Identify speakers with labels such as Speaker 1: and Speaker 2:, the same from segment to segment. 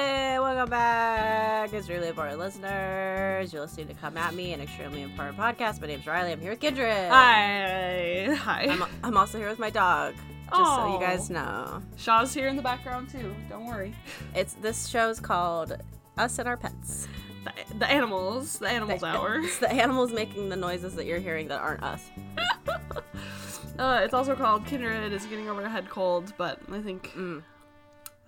Speaker 1: Welcome back. It's really important, listeners. You're listening to Come At Me, an extremely important podcast. My name's Riley. I'm here with Kindred.
Speaker 2: Hi. Hi.
Speaker 1: I'm, I'm also here with my dog. Just so
Speaker 2: Aw.
Speaker 1: you guys know,
Speaker 2: Shaw's here in the background too. Don't worry.
Speaker 1: it's this show's called Us and Our Pets.
Speaker 2: The, the animals. The animals hour.
Speaker 1: It's the animals making the noises that you're hearing that aren't us.
Speaker 2: Uh, it's also called Kindred is getting over a head cold, but I think
Speaker 1: Mm.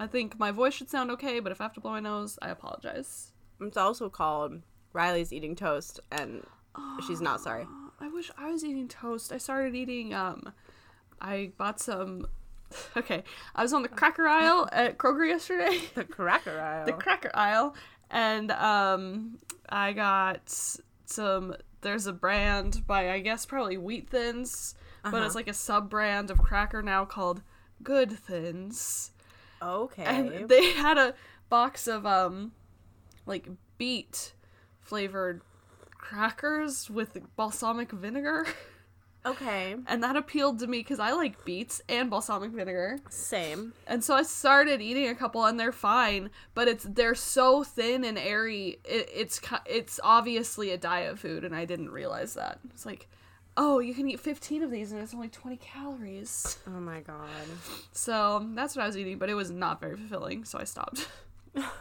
Speaker 2: I think my voice should sound okay. But if I have to blow my nose, I apologize.
Speaker 1: It's also called Riley's eating toast, and she's not sorry.
Speaker 2: I wish I was eating toast. I started eating. Um, I bought some. Okay, I was on the cracker aisle at Kroger yesterday.
Speaker 1: The cracker aisle.
Speaker 2: the cracker aisle and um i got some there's a brand by i guess probably wheat thins but it's like a sub brand of cracker now called good thins
Speaker 1: okay.
Speaker 2: and they had a box of um like beet flavored crackers with balsamic vinegar
Speaker 1: okay.
Speaker 2: and that appealed to me because i like beets and balsamic vinegar
Speaker 1: Same.
Speaker 2: and so I started eating a couple, and they're fine, but it's they're so thin and airy. It, it's ki- it's obviously a diet food, and I didn't realize that. It's like, oh, you can eat fifteen of these, and it's only twenty calories.
Speaker 1: Oh my god.
Speaker 2: So that's what I was eating, but it was not very fulfilling, so I stopped.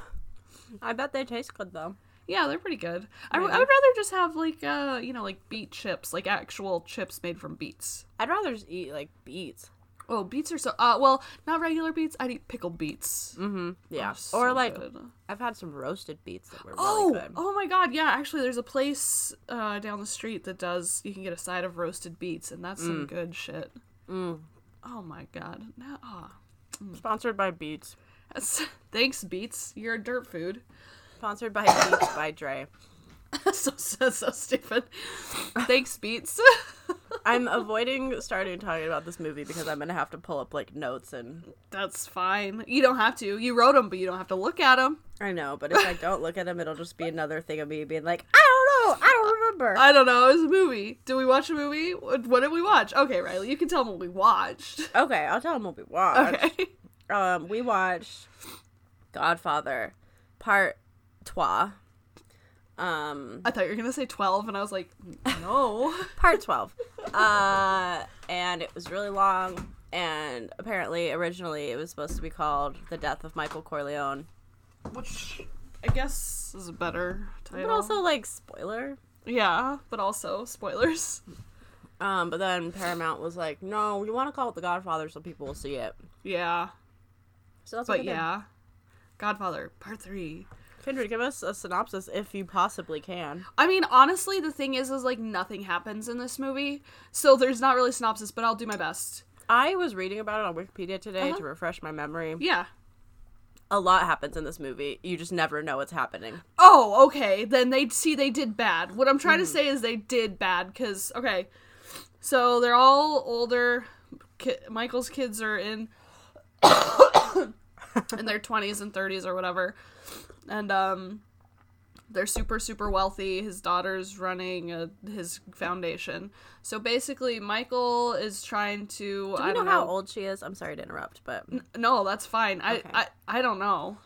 Speaker 1: I bet they taste good though.
Speaker 2: yeah, they're pretty good. I, w- I
Speaker 1: Really?
Speaker 2: would rather just have like uh you know like beet chips, like actual chips made from beets.
Speaker 1: I'd rather just eat like beets.
Speaker 2: Oh, beets are so uh well not regular beets. I'd eat pickled beets.
Speaker 1: Mm-hmm. Yeah.
Speaker 2: So
Speaker 1: or like
Speaker 2: good.
Speaker 1: I've had some roasted beets that were really
Speaker 2: Oh,
Speaker 1: good.
Speaker 2: oh my God! Yeah, actually, there's a place uh, down the street that does. You can get a side of roasted beets, and that's some good shit.
Speaker 1: Mm.
Speaker 2: Oh my God! Now, ah,
Speaker 1: Sponsored by beets.
Speaker 2: that's- thanks, beets. You're a dirt food.
Speaker 1: Sponsored by beets by Dre.
Speaker 2: so, so so stupid. thanks, beets.
Speaker 1: I'm avoiding starting talking about this movie because I'm gonna have to pull up like notes and
Speaker 2: that's fine. You don't have to. You wrote them, but you don't have to look at them.
Speaker 1: I know, but if I don't look at them, it'll just be another thing of me being like, I don't know, I don't remember.
Speaker 2: I don't know. It was a movie. Did we watch a movie? What what did we watch? Okay, Riley, you can tell them what we watched.
Speaker 1: okay, I'll tell them what we watched.
Speaker 2: Okay.
Speaker 1: Um, we watched Godfather Part Trois. Um,
Speaker 2: I thought you were gonna say twelve, and I was like, no.
Speaker 1: part 12 uh, and it was really long and apparently originally it was supposed to be called the death of michael corleone
Speaker 2: which I guess is a better title.
Speaker 1: but also like spoiler
Speaker 2: yeah, but also spoilers.
Speaker 1: um, but then paramount was like no we want to call it the godfather so people will see it
Speaker 2: Yeah,
Speaker 1: so that's what
Speaker 2: but
Speaker 1: they did.
Speaker 2: yeah, Godfather Part Three.
Speaker 1: kindred give us a synopsis if you possibly can
Speaker 2: I mean, honestly, the thing is, is like nothing happens in this movie, so there's not really synopsis. But I'll do my best.
Speaker 1: i was reading about it on wikipedia today
Speaker 2: Uh-huh.
Speaker 1: to refresh my memory
Speaker 2: Yeah.
Speaker 1: a lot happens in this movie you just never know what's happening
Speaker 2: Oh, okay. Then they see they did bad. What I'm trying
Speaker 1: Hmm.
Speaker 2: to say is they did bad because okay, so they're all older. Ki- Michael's kids are in in their 20s and 30s or whatever, and um, they're super super wealthy. His daughter's running uh his foundation. So basically, Michael is trying
Speaker 1: do
Speaker 2: to.
Speaker 1: we
Speaker 2: I
Speaker 1: know,
Speaker 2: don't know
Speaker 1: how old she is i'm sorry to interrupt but
Speaker 2: No, that's fine. I
Speaker 1: Okay.
Speaker 2: I, I don't know.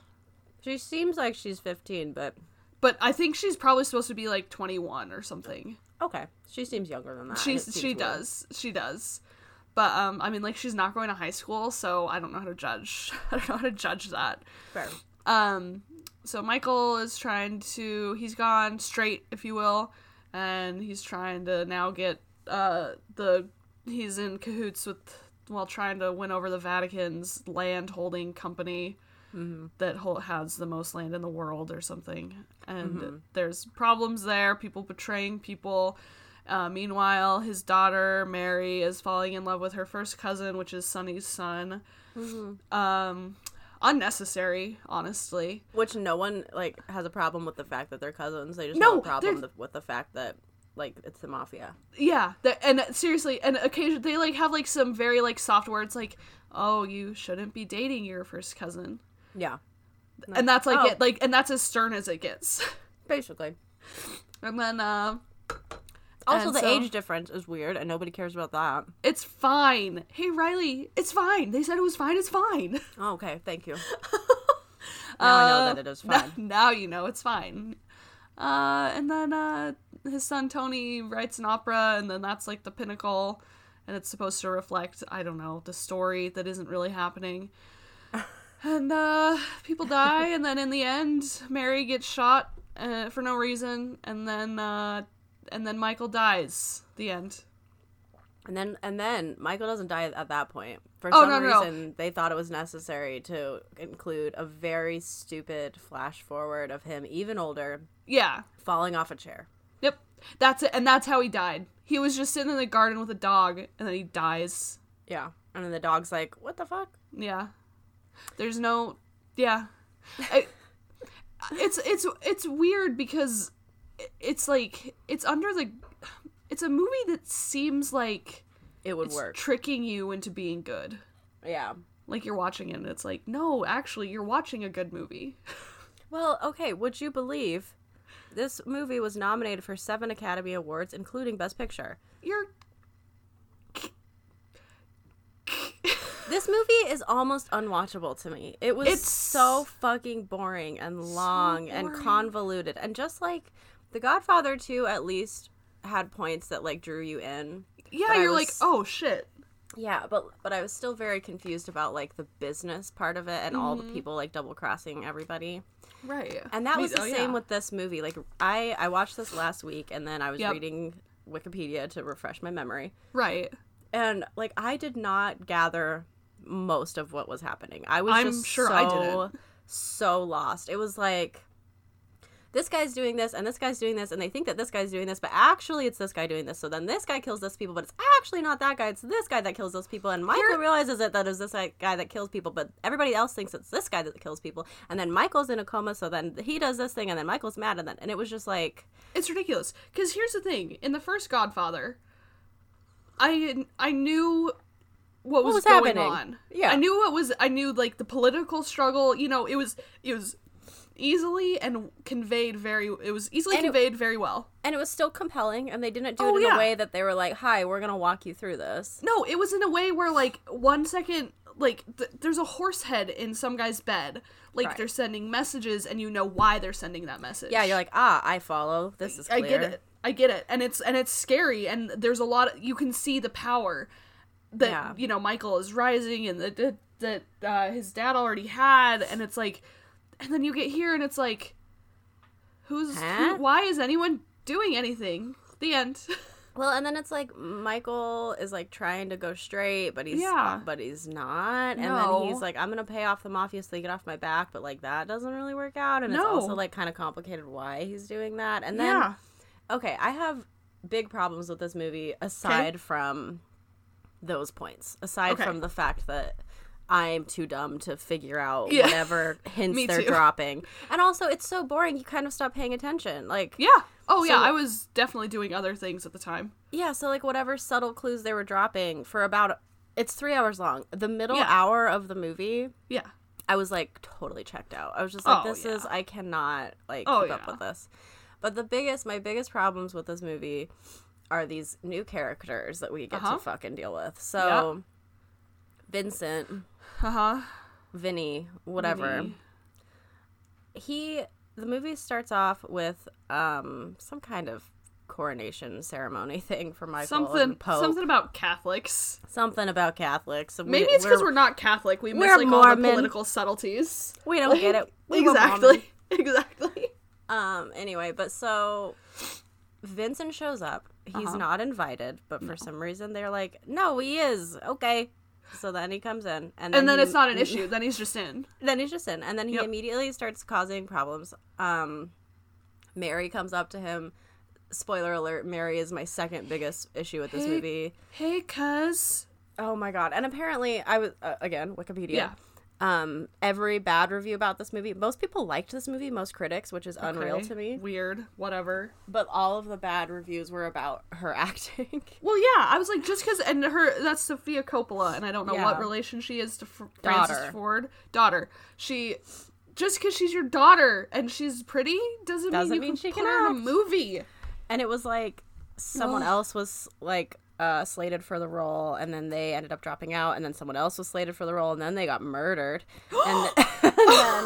Speaker 1: she seems like she's 15 but
Speaker 2: But I think she's probably supposed to be like 21 or something.
Speaker 1: Okay, she seems younger than that.
Speaker 2: she
Speaker 1: and it
Speaker 2: she
Speaker 1: seems weird.
Speaker 2: does she does but um i mean like she's not going to high school so i don't know how to judge i don't know how to judge that
Speaker 1: Fair.
Speaker 2: um so michael is trying to he's gone straight if you will and he's trying to now get uh the he's in cahoots with while trying to win over the vatican's land holding company that hol- has the most land in the world or something. And there's problems there, people betraying people. Uh, meanwhile, his daughter Mary is falling in love with her first cousin, which is Sonny's son. Um, unnecessary, honestly.
Speaker 1: Which no one like has a problem with the fact that they're cousins. They just
Speaker 2: No,
Speaker 1: have a problem
Speaker 2: they're-
Speaker 1: th- with the fact that like it's the mafia.
Speaker 2: Yeah, that, and that- seriously, and occasionally they like have like some very like soft words, like "oh, you shouldn't be dating your first cousin,"
Speaker 1: Yeah,
Speaker 2: and that's like
Speaker 1: Oh.
Speaker 2: it, like, and that's as stern as it gets.
Speaker 1: basically.
Speaker 2: and then, um,
Speaker 1: Also,
Speaker 2: And
Speaker 1: the
Speaker 2: so-
Speaker 1: age difference is weird, and nobody cares about that.
Speaker 2: It's fine. Hey Riley, it's fine. They said it was fine. It's fine.
Speaker 1: Oh, okay, thank you. Now I know that it is
Speaker 2: now-
Speaker 1: fine.
Speaker 2: now you know it's fine. Uh, and then uh, his son Tony writes an opera, and then that's like the pinnacle, and it's supposed to reflect I don't know the story that isn't really happening. And uh, people die, and then in the end, Mary gets shot uh, for no reason, and then uh, and then Michael dies. The end.
Speaker 1: And then and then Michael doesn't die at that point. For
Speaker 2: Oh,
Speaker 1: some
Speaker 2: no, no, no.
Speaker 1: reason, they thought it was necessary to include a very stupid flash forward of him, even older,
Speaker 2: Yeah.
Speaker 1: falling off a chair.
Speaker 2: Yep. That's it, and that's how he died. He was just sitting in the garden with a dog, and then he dies.
Speaker 1: Yeah. And then the dog's like, "What the fuck?"
Speaker 2: Yeah. There's no yeah. I, it's it's it's weird because it's like it's under the it's a movie that seems like
Speaker 1: It would
Speaker 2: it's
Speaker 1: work.
Speaker 2: tricking you into being good.
Speaker 1: yeah.
Speaker 2: Like you're watching it and it's like, "No, actually you're watching a good movie."
Speaker 1: Well, okay, would you believe this movie was nominated for 7 Academy Awards including Best Picture.
Speaker 2: You're
Speaker 1: This movie is almost unwatchable to me. It was
Speaker 2: It's-
Speaker 1: so fucking boring and long and
Speaker 2: boring.
Speaker 1: convoluted. And just like The Godfather 2 at least had points that like drew you in.
Speaker 2: Yeah,
Speaker 1: But I
Speaker 2: you're
Speaker 1: was-
Speaker 2: like, "Oh shit."
Speaker 1: Yeah, but but I was still very confused about like the business part of it and all the people like double crossing everybody.
Speaker 2: Right.
Speaker 1: And that
Speaker 2: Me-
Speaker 1: was the
Speaker 2: oh,
Speaker 1: same
Speaker 2: yeah.
Speaker 1: with this movie. Like I I watched this last week and then I was
Speaker 2: Yep.
Speaker 1: reading Wikipedia to refresh my memory.
Speaker 2: Right.
Speaker 1: And like I did not gather most of what was happening. I was
Speaker 2: I'm
Speaker 1: just
Speaker 2: sure
Speaker 1: so,
Speaker 2: I didn't.
Speaker 1: so lost. It was like this guy's doing this and this guy's doing this and they think that this guy's doing this, but actually it's this guy doing this. So then this guy kills those people, but it's actually not that guy. It's this guy that kills those people. And Michael
Speaker 2: Here-
Speaker 1: realizes it that it's this guy guy that kills people, but everybody else thinks it's this guy that kills people. And then Michael's in a coma, so then he does this thing and then Michael's mad and then and it was just like
Speaker 2: It's ridiculous. Because here's the thing: in the first Godfather, I I knew what, was,
Speaker 1: was
Speaker 2: going
Speaker 1: happening?
Speaker 2: on.
Speaker 1: Yeah.
Speaker 2: I knew what was. I knew like the political struggle. You know, it was it was easily and conveyed very. It was easily
Speaker 1: And it-
Speaker 2: conveyed very well.
Speaker 1: and it was still compelling and they didn't do
Speaker 2: Oh,
Speaker 1: it in
Speaker 2: yeah.
Speaker 1: a way that they were like, Hi, we're gonna walk you through this.
Speaker 2: No, it was in a way where like one second like th- there's a horse head in some guy's bed. Like
Speaker 1: Right.
Speaker 2: they're sending messages, and you know why they're sending that message.
Speaker 1: Yeah, you're like, ah, I follow. This is clear.
Speaker 2: I get it. I get it. And it's and it's scary and there's a lot you can see the power that
Speaker 1: Yeah.
Speaker 2: you know Michael is rising and that that, that uh, his dad already had and it's like and then you get here and it's like who's
Speaker 1: Huh?
Speaker 2: who, why is anyone doing anything? The end.
Speaker 1: Well, and then it's like Michael is like trying to go straight, but he's
Speaker 2: Yeah.
Speaker 1: but he's not. And
Speaker 2: No.
Speaker 1: then he's like, I'm gonna pay off the mafia so they get off my back, but like that doesn't really work out. And it's
Speaker 2: No.
Speaker 1: also like kind of complicated why he's doing that. And then
Speaker 2: yeah.
Speaker 1: okay, I have big problems with this movie aside from those points. Aside
Speaker 2: Okay.
Speaker 1: from the fact that I'm too dumb to figure out
Speaker 2: Yeah.
Speaker 1: whatever hints
Speaker 2: Me
Speaker 1: they're
Speaker 2: too.
Speaker 1: dropping. And also it's so boring you kind of stop paying attention. Like
Speaker 2: Yeah. Oh yeah,
Speaker 1: So-
Speaker 2: I was definitely doing other things at the time.
Speaker 1: Yeah, so like whatever subtle clues they were dropping for about it's three hours long. The middle
Speaker 2: Yeah.
Speaker 1: hour of the movie,
Speaker 2: Yeah.
Speaker 1: I was like totally checked out. I was just like,
Speaker 2: Oh,
Speaker 1: this is
Speaker 2: yeah.
Speaker 1: I cannot like
Speaker 2: Oh,
Speaker 1: keep up
Speaker 2: yeah.
Speaker 1: with this. But the biggest my biggest problems with this movie are these new characters that we get
Speaker 2: Uh-huh.
Speaker 1: to fucking deal with. So Vincent,
Speaker 2: Uh-huh.
Speaker 1: Vinny, whatever.
Speaker 2: Vinny.
Speaker 1: He the movie starts off with um some kind of coronation ceremony thing for Michael
Speaker 2: Something
Speaker 1: and Pope
Speaker 2: something about Catholics.
Speaker 1: something about Catholics. and we-
Speaker 2: Maybe it's because we're not Catholic. We miss
Speaker 1: we're
Speaker 2: like all the
Speaker 1: Mormon.
Speaker 2: political subtleties.
Speaker 1: we don't get it. We were
Speaker 2: exactly. Exactly.
Speaker 1: Mormon. Um. Anyway, but so Vincent shows up. He's
Speaker 2: Uh-huh.
Speaker 1: not invited, but for some reason they're like, "No, he is okay." So then he comes in, and then,
Speaker 2: And then
Speaker 1: he-
Speaker 2: it's not an issue. Then he's just in.
Speaker 1: Then he's just in, and then he
Speaker 2: Yep.
Speaker 1: immediately starts causing problems. Um, Mary comes up to him. Spoiler alert: Mary is my second biggest issue with this
Speaker 2: Hey.
Speaker 1: movie.
Speaker 2: Hey, cuz.
Speaker 1: Oh my god! And apparently, I was uh, again Wikipedia.
Speaker 2: Yeah.
Speaker 1: Um, every bad review about this movie. Most people liked this movie, most critics, which is unreal
Speaker 2: Okay.
Speaker 1: to me.
Speaker 2: Weird. Whatever.
Speaker 1: But all of the bad reviews were about her acting.
Speaker 2: Well, yeah. I was like, just because, and her that's Sophia Coppola, and I don't know what
Speaker 1: Yeah.
Speaker 2: relation she is to Fr-
Speaker 1: Daughter.
Speaker 2: Frances Ford daughter. She just because she's your daughter and she's pretty doesn't,
Speaker 1: Doesn't
Speaker 2: mean you
Speaker 1: mean
Speaker 2: can
Speaker 1: she
Speaker 2: put
Speaker 1: can
Speaker 2: her in a
Speaker 1: act.
Speaker 2: movie.
Speaker 1: and it was like someone
Speaker 2: Ugh.
Speaker 1: else was like uh, slated for the role, and then they ended up dropping out, and then someone else was slated for the role, and then they got murdered. And, and then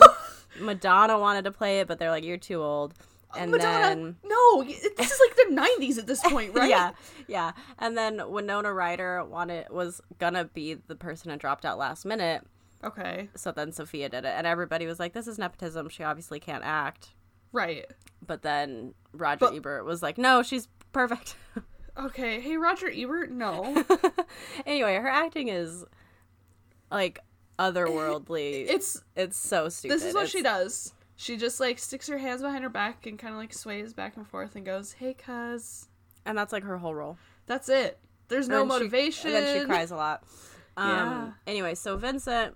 Speaker 1: Madonna wanted to play it, but they're like, "You're too old." And
Speaker 2: Madonna,
Speaker 1: then
Speaker 2: no, it- this is like the '90s at this point, right?
Speaker 1: yeah, yeah. And then Winona Ryder wanted was gonna be the person who dropped out last minute,
Speaker 2: Okay.
Speaker 1: so then Sophia did it, and everybody was like, "This is nepotism. She obviously can't act."
Speaker 2: Right.
Speaker 1: But then Roger
Speaker 2: But-
Speaker 1: Ebert was like, "No, she's perfect."
Speaker 2: Okay. Hey, Roger Ebert. No,
Speaker 1: anyway, her acting is like otherworldly.
Speaker 2: it's
Speaker 1: it's so stupid.
Speaker 2: this is what
Speaker 1: It's-
Speaker 2: she does. She just like sticks her hands behind her back and kind of like sways back and forth and goes, "Hey, cuz."
Speaker 1: and that's like her whole role.
Speaker 2: That's it. There's no
Speaker 1: And then she-
Speaker 2: motivation.
Speaker 1: and then she cries a lot. Um,
Speaker 2: Yeah.
Speaker 1: Anyway, so Vincent,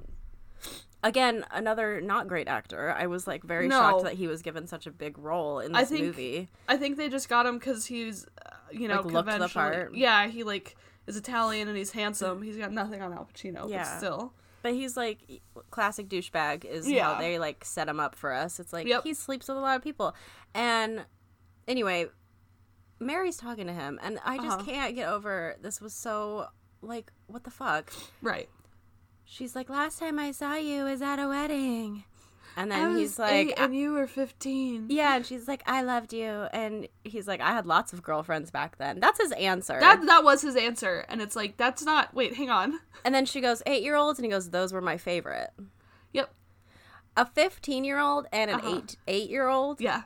Speaker 1: again, another not great actor. I was like very
Speaker 2: No.
Speaker 1: shocked that he was given such a big role in
Speaker 2: I
Speaker 1: this
Speaker 2: think,
Speaker 1: movie.
Speaker 2: I think they just got him because he's, uh, you know,
Speaker 1: Like, looked the
Speaker 2: conventionally.
Speaker 1: part.
Speaker 2: Yeah, he like is Italian and he's handsome. He's got nothing on Al Pacino,
Speaker 1: Yeah.
Speaker 2: but still.
Speaker 1: But he's like e- classic douchebag is how
Speaker 2: Yeah.
Speaker 1: they like set him up for us. It's like
Speaker 2: Yep.
Speaker 1: he sleeps with a lot of people. And anyway, Mary's talking to him and I just
Speaker 2: Uh-huh.
Speaker 1: can't get over this was so like what the fuck?
Speaker 2: Right.
Speaker 1: She's like last time I saw you was at a wedding. And then
Speaker 2: I
Speaker 1: he's
Speaker 2: was Ah, eight
Speaker 1: like
Speaker 2: and you were 15.
Speaker 1: Yeah, and she's like, I loved you. And he's like, I had lots of girlfriends back then. That's his answer.
Speaker 2: That that was his answer, and it's like that's not. Wait, hang on.
Speaker 1: and then she goes, eight year olds. And he goes, those were my favorite.
Speaker 2: Yep.
Speaker 1: A 15 year old and an
Speaker 2: Uh-huh.
Speaker 1: eight eight year old.
Speaker 2: Yeah.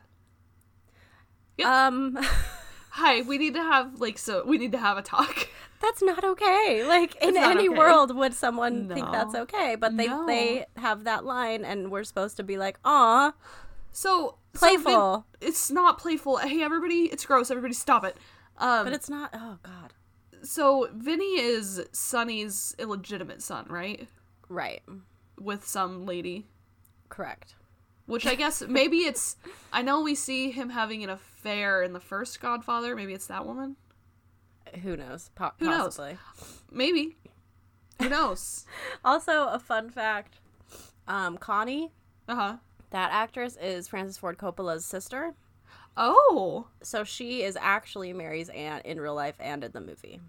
Speaker 1: Um,
Speaker 2: Hi. We need to have like so. We need to have a talk.
Speaker 1: that's not okay. Like, in
Speaker 2: not
Speaker 1: any
Speaker 2: okay.
Speaker 1: world would someone think
Speaker 2: No.
Speaker 1: that's okay. But they,
Speaker 2: No.
Speaker 1: they have that line, and we're supposed to be like, aw,
Speaker 2: So um, so Vin-
Speaker 1: playful.
Speaker 2: it's not playful. Hey, everybody. It's gross. Everybody, stop it. Um,
Speaker 1: but it's not. Oh, God.
Speaker 2: so Vinny is Sonny's illegitimate son, right?
Speaker 1: Right.
Speaker 2: With some lady.
Speaker 1: Correct.
Speaker 2: Which I guess maybe it's. I know we see him having an affair in the first Godfather. Maybe it's that woman.
Speaker 1: Who knows? Po-
Speaker 2: Who knows?
Speaker 1: possibly.
Speaker 2: Maybe. Who knows?
Speaker 1: Also, a fun fact um, Connie.
Speaker 2: Uh huh.
Speaker 1: That actress is Francis Ford Coppola's sister.
Speaker 2: Oh,
Speaker 1: So she is actually Mary's aunt in real life and in the movie.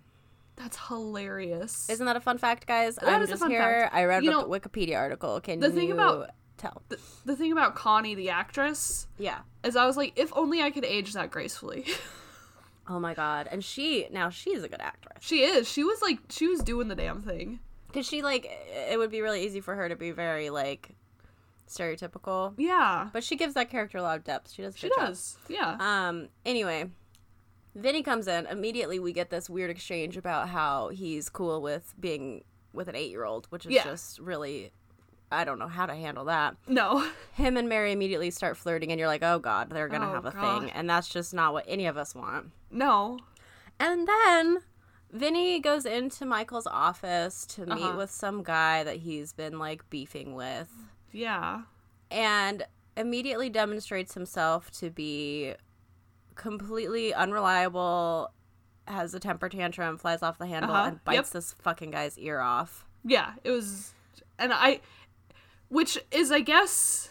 Speaker 2: that's hilarious.
Speaker 1: Isn't that a fun fact, guys? I'm
Speaker 2: is a
Speaker 1: just
Speaker 2: fun
Speaker 1: here.
Speaker 2: fact.
Speaker 1: I read
Speaker 2: You
Speaker 1: a
Speaker 2: know,
Speaker 1: Wikipedia article. Can
Speaker 2: the
Speaker 1: you
Speaker 2: thing about-
Speaker 1: tell?
Speaker 2: the, the thing about Connie, the actress,
Speaker 1: Yeah.
Speaker 2: is I was like, if only I could age that gracefully.
Speaker 1: Oh my god. And she now she's a good actress.
Speaker 2: she is. She was like, she was doing the damn thing.
Speaker 1: Cuz she like it would be really easy for her to be very like stereotypical,
Speaker 2: Yeah,
Speaker 1: but she gives that character a lot of depth. She does a
Speaker 2: she
Speaker 1: good job.
Speaker 2: does. Yeah.
Speaker 1: Um. Anyway, Vinny comes in. Immediately, we get this weird exchange about how he's cool with being with an eight-year-old, which is
Speaker 2: Yeah.
Speaker 1: just really, I don't know how to handle that.
Speaker 2: no.
Speaker 1: Him and Mary immediately start flirting, and you're like, oh god, they're gonna
Speaker 2: Oh,
Speaker 1: have a
Speaker 2: God.
Speaker 1: thing, and that's just not what any of us want.
Speaker 2: No.
Speaker 1: And then. Vinny goes into Michael's office to meet
Speaker 2: Uh-huh.
Speaker 1: with some guy that he's been like beefing with
Speaker 2: Yeah.
Speaker 1: and immediately demonstrates himself to be completely unreliable, has a temper tantrum, flies off the handle,
Speaker 2: Uh-huh.
Speaker 1: and bites
Speaker 2: Yep.
Speaker 1: this fucking guy's ear off.
Speaker 2: Yeah. It was, and I, which is, I guess.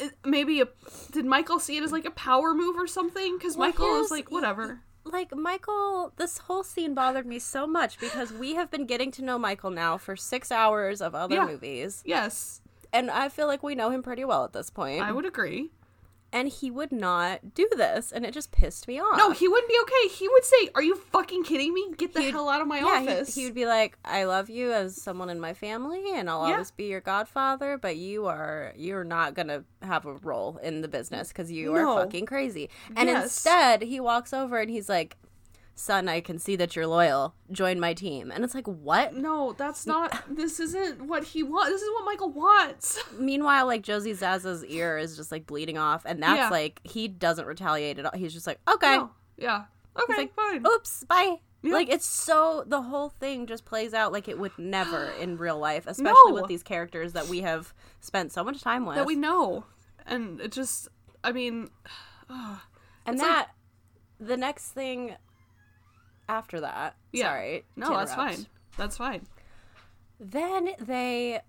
Speaker 2: it- Maybe a did Michael see it as like a power move or something? Because
Speaker 1: Well,
Speaker 2: Michael
Speaker 1: here's-
Speaker 2: is like whatever.
Speaker 1: Like, Michael, this whole scene bothered me so much because we have been getting to know Michael now for six hours of other
Speaker 2: Yeah.
Speaker 1: movies,
Speaker 2: Yes,
Speaker 1: and I feel like we know him pretty well at this point.
Speaker 2: I would agree.
Speaker 1: and he would not do this, and it just pissed me off.
Speaker 2: No, he wouldn't be okay. He would say, "Are you fucking kidding me? Get the
Speaker 1: uh, He'd-
Speaker 2: hell out of my
Speaker 1: yeah, he-
Speaker 2: office."
Speaker 1: He, would be like, "I love you as someone in my family, and I'll
Speaker 2: Yeah.
Speaker 1: always be your godfather. But you are you're not gonna have a role in the business because you
Speaker 2: No.
Speaker 1: are fucking crazy." And
Speaker 2: Yes.
Speaker 1: instead, he walks over and he's like, "Son, I can see that you're loyal. Join my team." And it's like, what?
Speaker 2: No, that's not. This isn't what he wants. This is what Michael wants.
Speaker 1: Meanwhile, like Josie Zaza's ear is just like bleeding off, and that's
Speaker 2: Yeah.
Speaker 1: like he doesn't retaliate at all. He's just like, "Okay,
Speaker 2: No. Yeah. Okay.
Speaker 1: like, "Oh,
Speaker 2: fine.
Speaker 1: oops, bye."
Speaker 2: Yeah.
Speaker 1: Like it's so the whole thing just plays out like it would never in real life, especially
Speaker 2: No.
Speaker 1: with these characters that we have spent so much time with.
Speaker 2: That we know, and it just. I mean,
Speaker 1: and
Speaker 2: it's like-
Speaker 1: that the next thing after that.
Speaker 2: Yeah.
Speaker 1: Sorry.
Speaker 2: no,
Speaker 1: to
Speaker 2: that's
Speaker 1: interrupt.
Speaker 2: fine. That's fine.
Speaker 1: Then they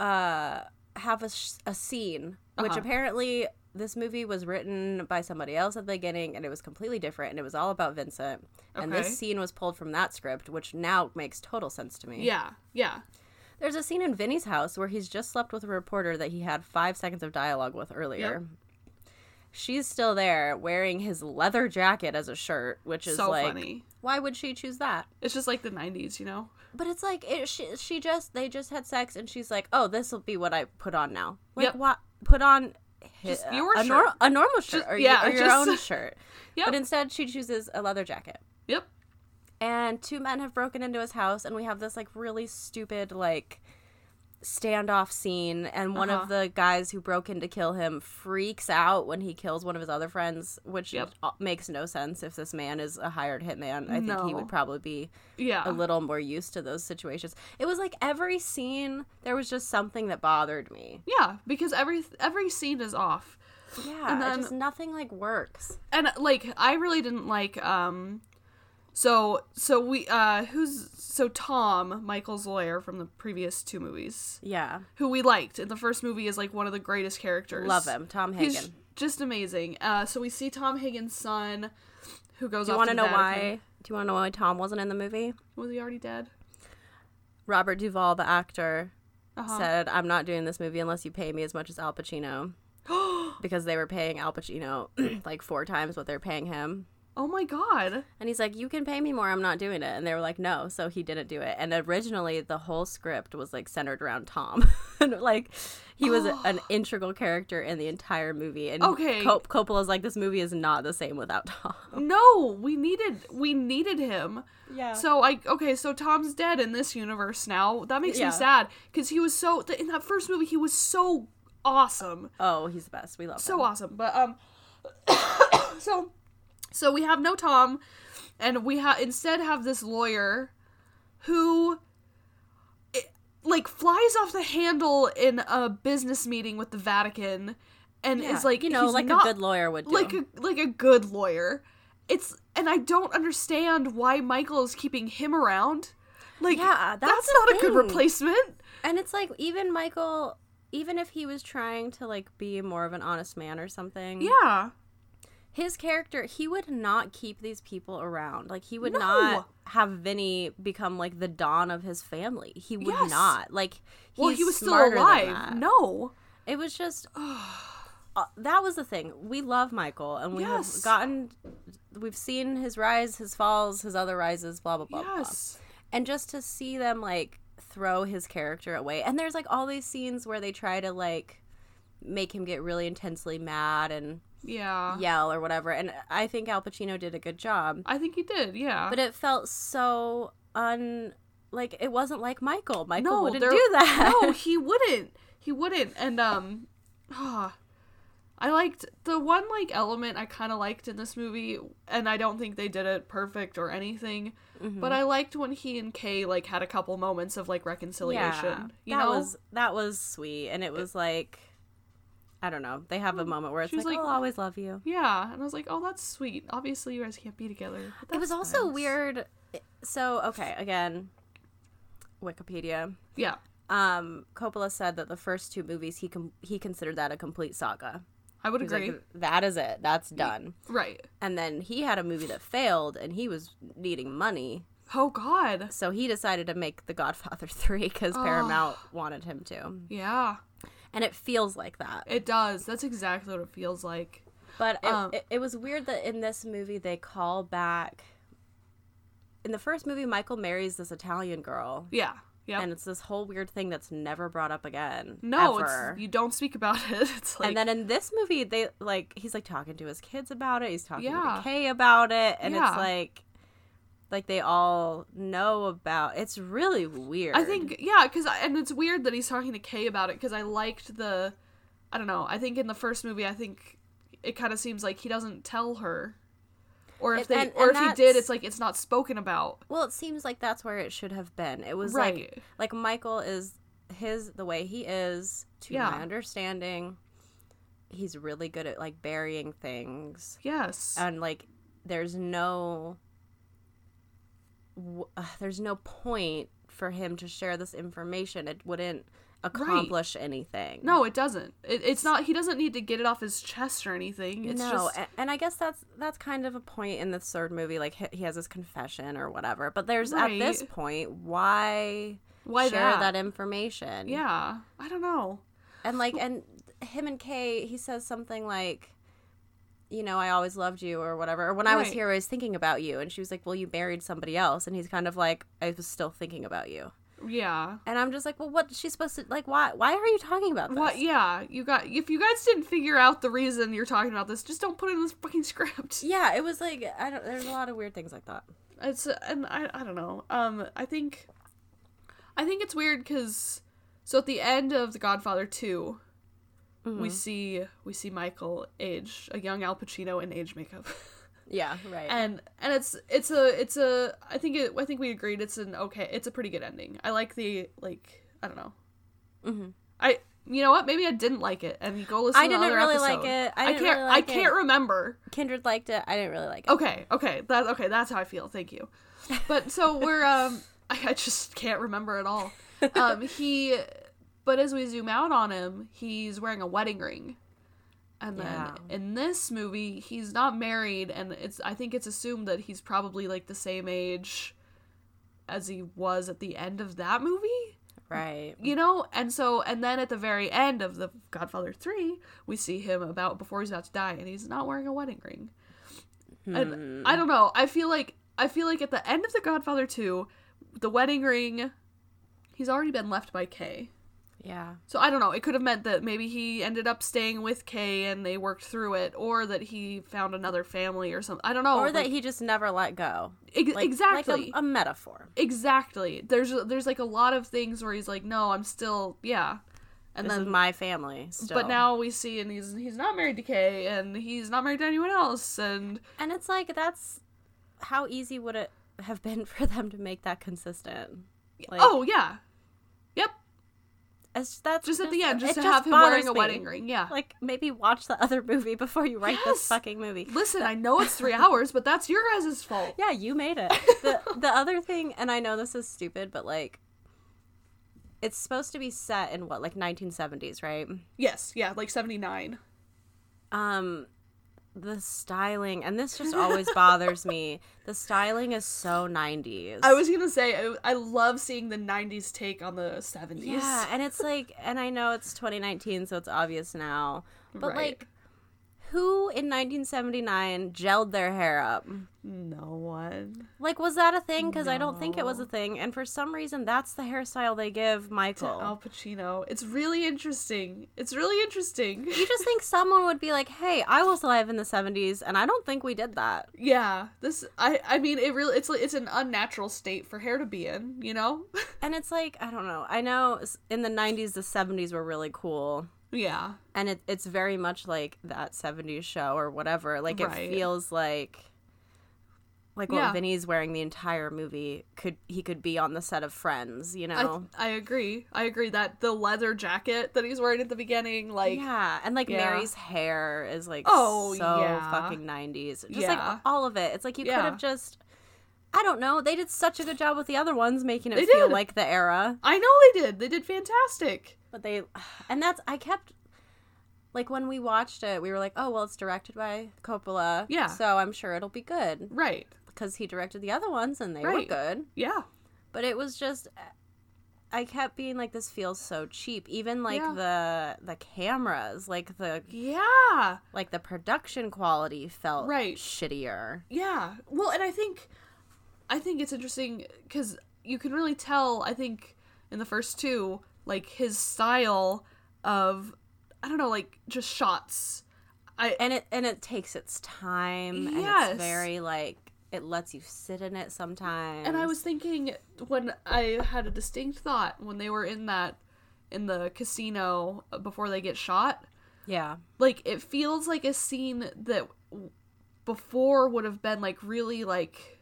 Speaker 1: uh have a, sh- a scene which
Speaker 2: Uh-huh.
Speaker 1: apparently this movie was written by somebody else at the beginning and it was completely different and it was all about Vincent and
Speaker 2: Okay.
Speaker 1: this scene was pulled from that script which now makes total sense to me.
Speaker 2: Yeah. Yeah.
Speaker 1: There's a scene in Vinny's house where he's just slept with a reporter that he had five seconds of dialogue with earlier. She's still there wearing his leather jacket as a shirt, which is
Speaker 2: so
Speaker 1: like,
Speaker 2: funny.
Speaker 1: why would she choose that?
Speaker 2: It's just like the 90s, you know?
Speaker 1: But it's like it, she she just they just had sex and she's like, oh, this will be what I put on now. Like
Speaker 2: Yep.
Speaker 1: what put on hi- uh,
Speaker 2: Just your
Speaker 1: a,
Speaker 2: shirt.
Speaker 1: nor- a normal shirt
Speaker 2: Just-
Speaker 1: or, y-
Speaker 2: yeah,
Speaker 1: or your
Speaker 2: just-
Speaker 1: own shirt.
Speaker 2: Yep.
Speaker 1: But instead, she chooses a leather jacket.
Speaker 2: Yep.
Speaker 1: And two men have broken into his house, and we have this like really stupid like standoff scene. And one
Speaker 2: Uh-huh.
Speaker 1: of the guys who broke in to kill him freaks out when he kills one of his other friends, which
Speaker 2: Yep.
Speaker 1: uh, makes no sense if this man is a hired hitman. I think he
Speaker 2: No.
Speaker 1: would probably be
Speaker 2: Yeah.
Speaker 1: a little more used to those situations. It was like every scene there was just something that bothered me.
Speaker 2: yeah, because every every scene is off.
Speaker 1: Yeah,
Speaker 2: And
Speaker 1: it
Speaker 2: then-
Speaker 1: just nothing like works.
Speaker 2: and like I really didn't like um so so we uh who's so Tom Michael's lawyer from the previous two movies
Speaker 1: Yeah,
Speaker 2: who we liked in the first movie is like one of the greatest characters
Speaker 1: love him, Tom Hagen.
Speaker 2: he's just amazing uh so we see Tom Higgins' son who goes
Speaker 1: Do you
Speaker 2: off
Speaker 1: want
Speaker 2: to
Speaker 1: to
Speaker 2: the
Speaker 1: know
Speaker 2: Vatican.
Speaker 1: why? Do you want to know why Tom wasn't in the movie?
Speaker 2: was he already dead
Speaker 1: Robert Duvall, the actor,
Speaker 2: Uh-huh.
Speaker 1: said, "I'm not doing this movie unless you pay me as much as Al Pacino." because they were paying Al Pacino like four times what they're paying him.
Speaker 2: oh my god
Speaker 1: And he's like, "You can pay me more. I'm not doing it." And they were like, "No." So he didn't do it. And originally, the whole script was like centered around Tom, and like he was a- an integral character in the entire movie. And
Speaker 2: Okay.
Speaker 1: Cop- Coppola's like, "This movie is not the same without Tom."
Speaker 2: no we needed we needed him
Speaker 1: Yeah.
Speaker 2: So I okay, so Tom's dead in this universe now. That makes
Speaker 1: Yeah.
Speaker 2: me sad because he was so th- in that first movie he was so awesome,
Speaker 1: oh, he's the best. We love him.
Speaker 2: so awesome. But um, so so we have no Tom, and we have instead have this lawyer who it, like flies off the handle in a business meeting with the Vatican, and
Speaker 1: Yeah.
Speaker 2: is like
Speaker 1: you know,
Speaker 2: he's
Speaker 1: like
Speaker 2: not-
Speaker 1: a good lawyer would do.
Speaker 2: like a like a good lawyer. It's and I don't understand why Michael is keeping him around. Like
Speaker 1: Yeah, that's the
Speaker 2: not a
Speaker 1: thing.
Speaker 2: good replacement.
Speaker 1: and it's like even Michael, even if he was trying to like be more of an honest man or something,
Speaker 2: Yeah.
Speaker 1: his character he would not keep these people around like he would
Speaker 2: No.
Speaker 1: not have vinny become like the don of his family he would
Speaker 2: Yes.
Speaker 1: not like
Speaker 2: Well,
Speaker 1: he's
Speaker 2: he was still
Speaker 1: smarter than
Speaker 2: alive.
Speaker 1: that.
Speaker 2: No.
Speaker 1: it was just Uh, that was the thing we love michael and we
Speaker 2: Yes.
Speaker 1: have gotten we've seen his rise his falls his other rises blah blah blah blah
Speaker 2: yes.
Speaker 1: and just to see them like throw his character away and there's like all these scenes where they try to like make him get really intensely mad and
Speaker 2: Yeah.
Speaker 1: yell or whatever and i think al pacino did a good job
Speaker 2: I think he did. Yeah.
Speaker 1: but it felt so un like it wasn't like Michael. Michael
Speaker 2: no,
Speaker 1: wouldn't
Speaker 2: there-
Speaker 1: do that.
Speaker 2: no, he wouldn't. He wouldn't. And um, ah, I liked the one like element I kind of liked in this movie, and I don't think they did it perfect or anything.
Speaker 1: Mhm. Mm-hmm.
Speaker 2: But I liked when he and Kay like had a couple moments of like reconciliation. you
Speaker 1: that
Speaker 2: know,
Speaker 1: was that was sweet, and it was like I don't know. They have a moment where it's
Speaker 2: Mm, She was
Speaker 1: like, "Oh,
Speaker 2: like-
Speaker 1: "I'll always love you."
Speaker 2: yeah, and I was like, oh, that's sweet. Obviously, you guys can't be together. but
Speaker 1: It was
Speaker 2: that's
Speaker 1: also
Speaker 2: nice.
Speaker 1: weird. So okay, again, Wikipedia.
Speaker 2: Yeah.
Speaker 1: Um, Coppola said that the first two movies he com- he considered that a complete saga.
Speaker 2: I would
Speaker 1: He was
Speaker 2: agree.
Speaker 1: like, "That is it. That's done."
Speaker 2: right.
Speaker 1: And then he had a movie that failed, and he was needing money.
Speaker 2: Oh God.
Speaker 1: So he decided to make The Godfather 3 because Paramount wanted him to.
Speaker 2: Yeah.
Speaker 1: And it feels like that.
Speaker 2: It does. That's exactly what it feels like.
Speaker 1: But it,
Speaker 2: Um,
Speaker 1: it, it was weird that in this movie they call back. In the first movie, Michael marries this Italian girl.
Speaker 2: Yeah. Yeah.
Speaker 1: And it's this whole weird thing that's never brought up again.
Speaker 2: no,
Speaker 1: ever.
Speaker 2: it's you don't speak about it. It's like
Speaker 1: and then in this movie, they like he's like talking to his kids about it. He's talking
Speaker 2: Yeah.
Speaker 1: to Kay about it, and
Speaker 2: Yeah.
Speaker 1: it's like, like they all know about. It's really weird.
Speaker 2: I think yeah, because and it's weird that he's talking to Kay about it because I liked the, I don't know. I think in the first movie, I think it kind of seems like he doesn't tell her, or if
Speaker 1: It-
Speaker 2: they
Speaker 1: and-
Speaker 2: or
Speaker 1: and
Speaker 2: if he
Speaker 1: that's-
Speaker 2: did, it's like it's not spoken about.
Speaker 1: Well, it seems like that's where it should have been. It was like
Speaker 2: Right.
Speaker 1: like Michael is his the way he is to
Speaker 2: Yeah.
Speaker 1: my understanding. He's really good at like burying things
Speaker 2: yes.
Speaker 1: and like there's no w- uh, there's no point for him to share this information. It wouldn't accomplish anything.
Speaker 2: no, it doesn't. It, it's not. He doesn't need to get it off his chest or anything. It's
Speaker 1: no,
Speaker 2: just
Speaker 1: a- and I guess that's that's kind of a point in the third movie. Like he, he has his confession or whatever, but there's at this
Speaker 2: Right.
Speaker 1: point why
Speaker 2: Why
Speaker 1: share
Speaker 2: that?
Speaker 1: that information.
Speaker 2: Yeah, I don't know.
Speaker 1: And like and him and Kay, he says something like you know, I always loved you or whatever. Or when I was
Speaker 2: Right.
Speaker 1: here, I was thinking about you. And she was like, Well, you married somebody else. And he's kind of like, I was still thinking about you.
Speaker 2: Yeah.
Speaker 1: And I'm just like, Well, what? She's supposed to, like, why? Why are you talking about this?
Speaker 2: What? Yeah, you got. If you guys didn't figure out the reason you're talking about this, just don't put it in this fucking script.
Speaker 1: Yeah, it was like, I don't, there's a lot of weird things like that.
Speaker 2: It's and I I don't know. Um, I think, I think it's weird because, so at the end of The Godfather 2
Speaker 1: Mm-hmm.
Speaker 2: we see we see Michael age a young Al Pacino in age makeup.
Speaker 1: Yeah, right.
Speaker 2: and and it's it's a it's a I think it I think we agreed it's an okay it's a pretty good ending. I like the like I don't know. Mm-hmm.
Speaker 1: Mhm.
Speaker 2: I you know what maybe I didn't like it and you go listen.
Speaker 1: I
Speaker 2: to the
Speaker 1: didn't
Speaker 2: other
Speaker 1: really
Speaker 2: episode.
Speaker 1: like it. I didn't
Speaker 2: can't
Speaker 1: really like
Speaker 2: I can't Oh,
Speaker 1: it.
Speaker 2: remember.
Speaker 1: Kindred liked it. I didn't really like it.
Speaker 2: Okay okay that okay that's how I feel. Thank you. But so we're um I, I just can't remember at all. Um he but as we zoom out on him he's wearing a wedding ring. And then
Speaker 1: Yeah.
Speaker 2: in this movie, he's not married, and it's I think it's assumed that he's probably like the same age as he was at the end of that movie,
Speaker 1: Right.
Speaker 2: you know. And so, and then at the very end of the Godfather Three, we see him about before he's about to die, and he's not wearing a wedding ring.
Speaker 1: Hmm.
Speaker 2: And I don't know. I feel like I feel like at the end of the Godfather Two, the wedding ring, he's already been left by Kay.
Speaker 1: Yeah.
Speaker 2: So I don't know. It could have meant that maybe he ended up staying with Kay and they worked through it, or that he found another family or something. I don't know.
Speaker 1: Or that
Speaker 2: like-
Speaker 1: he just never let go.
Speaker 2: ex-
Speaker 1: Like,
Speaker 2: Oh,
Speaker 1: um,
Speaker 2: exactly
Speaker 1: Like a, a metaphor.
Speaker 2: exactly. There's there's like a lot of things where he's like, no, I'm still yeah, and
Speaker 1: this
Speaker 2: then
Speaker 1: is my family. Still.
Speaker 2: but now we see and he's he's not married to Kay and he's not married to anyone else and
Speaker 1: And it's like that's how easy would it have been for them to make that consistent? Like,
Speaker 2: oh yeah, yep.
Speaker 1: it's, that's
Speaker 2: Just at the end, just
Speaker 1: it
Speaker 2: to have him wearing
Speaker 1: bothers
Speaker 2: a
Speaker 1: me.
Speaker 2: wedding ring. Yeah.
Speaker 1: Like maybe watch the other movie before you write
Speaker 2: Yes.
Speaker 1: this fucking movie.
Speaker 2: Listen, I know it's three hours, but that's your guys' fault.
Speaker 1: Yeah, you made it. The the other thing, and I know this is stupid, but like, it's supposed to be set in what like 1970s, right?
Speaker 2: Yes, yeah, like seventy nine.
Speaker 1: Um, the styling, and this just always bothers me. The styling is so 90s.
Speaker 2: I was gonna say I, I love seeing the '90s take on the '70s.
Speaker 1: Yeah, and it's like, and I know it's 2019, so it's obvious now, but
Speaker 2: Right.
Speaker 1: like, who in 1979 gelled their hair up?
Speaker 2: no one
Speaker 1: Like, was that a thing? Because I don't think it was a thing, and for some reason, that's the hairstyle they give
Speaker 2: to oh.
Speaker 1: Michael.
Speaker 2: Al Pacino. It's really interesting. It's really interesting.
Speaker 1: you just think someone would be like, "Hey, I was alive in the 70s, and I don't think we did that."
Speaker 2: yeah, this I I mean it really it's like- it's an unnatural state for hair to be in. You know.
Speaker 1: And it's like, I don't know. I know s- in the 90s, the 70s were really cool.
Speaker 2: yeah.
Speaker 1: and it, it's very much like that 70s show or whatever like it
Speaker 2: Right.
Speaker 1: feels like like what
Speaker 2: Yeah.
Speaker 1: Vinny's wearing the entire movie could he could be on the set of Friends, you
Speaker 2: I,
Speaker 1: know?
Speaker 2: I agree. I agree that the leather jacket that he's wearing at the beginning, like,
Speaker 1: yeah, and like
Speaker 2: Yeah.
Speaker 1: Mary's hair is like
Speaker 2: Oh,
Speaker 1: so
Speaker 2: yeah.
Speaker 1: fucking nineties. Just
Speaker 2: Yeah.
Speaker 1: like all of it. It's like you
Speaker 2: Yeah.
Speaker 1: could have just I don't know. They did such a good job with the other ones, making it
Speaker 2: They
Speaker 1: feel
Speaker 2: did.
Speaker 1: like the era.
Speaker 2: I know they did. They did fantastic.
Speaker 1: But they, and that's I kept like when we watched it, we were like, oh well, it's directed by Coppola,
Speaker 2: Yeah.
Speaker 1: So I'm sure it'll be good.
Speaker 2: Right.
Speaker 1: because he directed the other ones and they
Speaker 2: Right.
Speaker 1: were good.
Speaker 2: Yeah.
Speaker 1: But it was just, I kept being like, this feels so cheap. Even like the the cameras, like the
Speaker 2: Yeah.
Speaker 1: like the production quality felt
Speaker 2: Right.
Speaker 1: shittier.
Speaker 2: Yeah. Well, and I think I think it's interesting cuz you can really tell I think in the first two like his style of I don't know like just shots. I
Speaker 1: And it and it takes its time. And
Speaker 2: Yes.
Speaker 1: it's very like it lets you sit in it sometimes.
Speaker 2: and I was thinking when I had a distinct thought when they were in that in the casino before they get shot
Speaker 1: yeah
Speaker 2: like it feels like a scene that w- before would have been like really like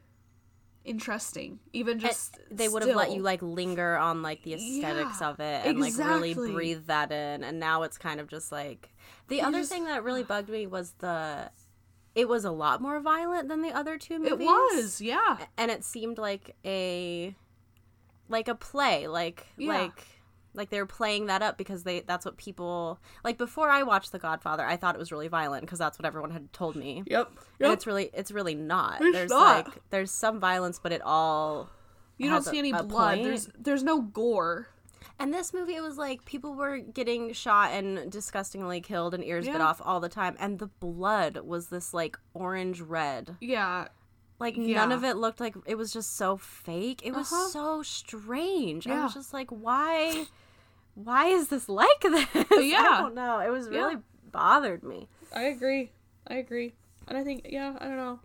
Speaker 2: interesting even just
Speaker 1: they would have let
Speaker 2: still.
Speaker 1: you like linger on like the aesthetics
Speaker 2: Yeah,
Speaker 1: of it and like
Speaker 2: exactly.
Speaker 1: really breathe that in and now it's kind of just like the other
Speaker 2: just-
Speaker 1: thing that really bugged me was the it was a lot more violent than the other two movies
Speaker 2: it was yeah
Speaker 1: and it seemed like a like a play like
Speaker 2: Yeah.
Speaker 1: like like they were playing that up because they that's what people like before i watched the godfather i thought it was really violent because that's what everyone had told me
Speaker 2: Yep.
Speaker 1: and it's really it's really not
Speaker 2: It's
Speaker 1: there's
Speaker 2: not.
Speaker 1: like there's some violence but it all
Speaker 2: You don't
Speaker 1: has a-
Speaker 2: see any
Speaker 1: a
Speaker 2: blood.
Speaker 1: point.
Speaker 2: There's there's no gore.
Speaker 1: And this movie, it was like people were getting shot and disgustingly killed and ears bit
Speaker 2: Yeah.
Speaker 1: off all the time, and the blood was this like orange red.
Speaker 2: Yeah.
Speaker 1: Like none
Speaker 2: Yeah.
Speaker 1: of it looked like it was just so fake. It was
Speaker 2: Uh-huh.
Speaker 1: so strange. I
Speaker 2: Yeah.
Speaker 1: was just like, why, why is this like this? I
Speaker 2: Yeah.
Speaker 1: don't know. It was
Speaker 2: Yeah.
Speaker 1: really bothered me.
Speaker 2: I agree. I agree. And I think yeah, I don't know.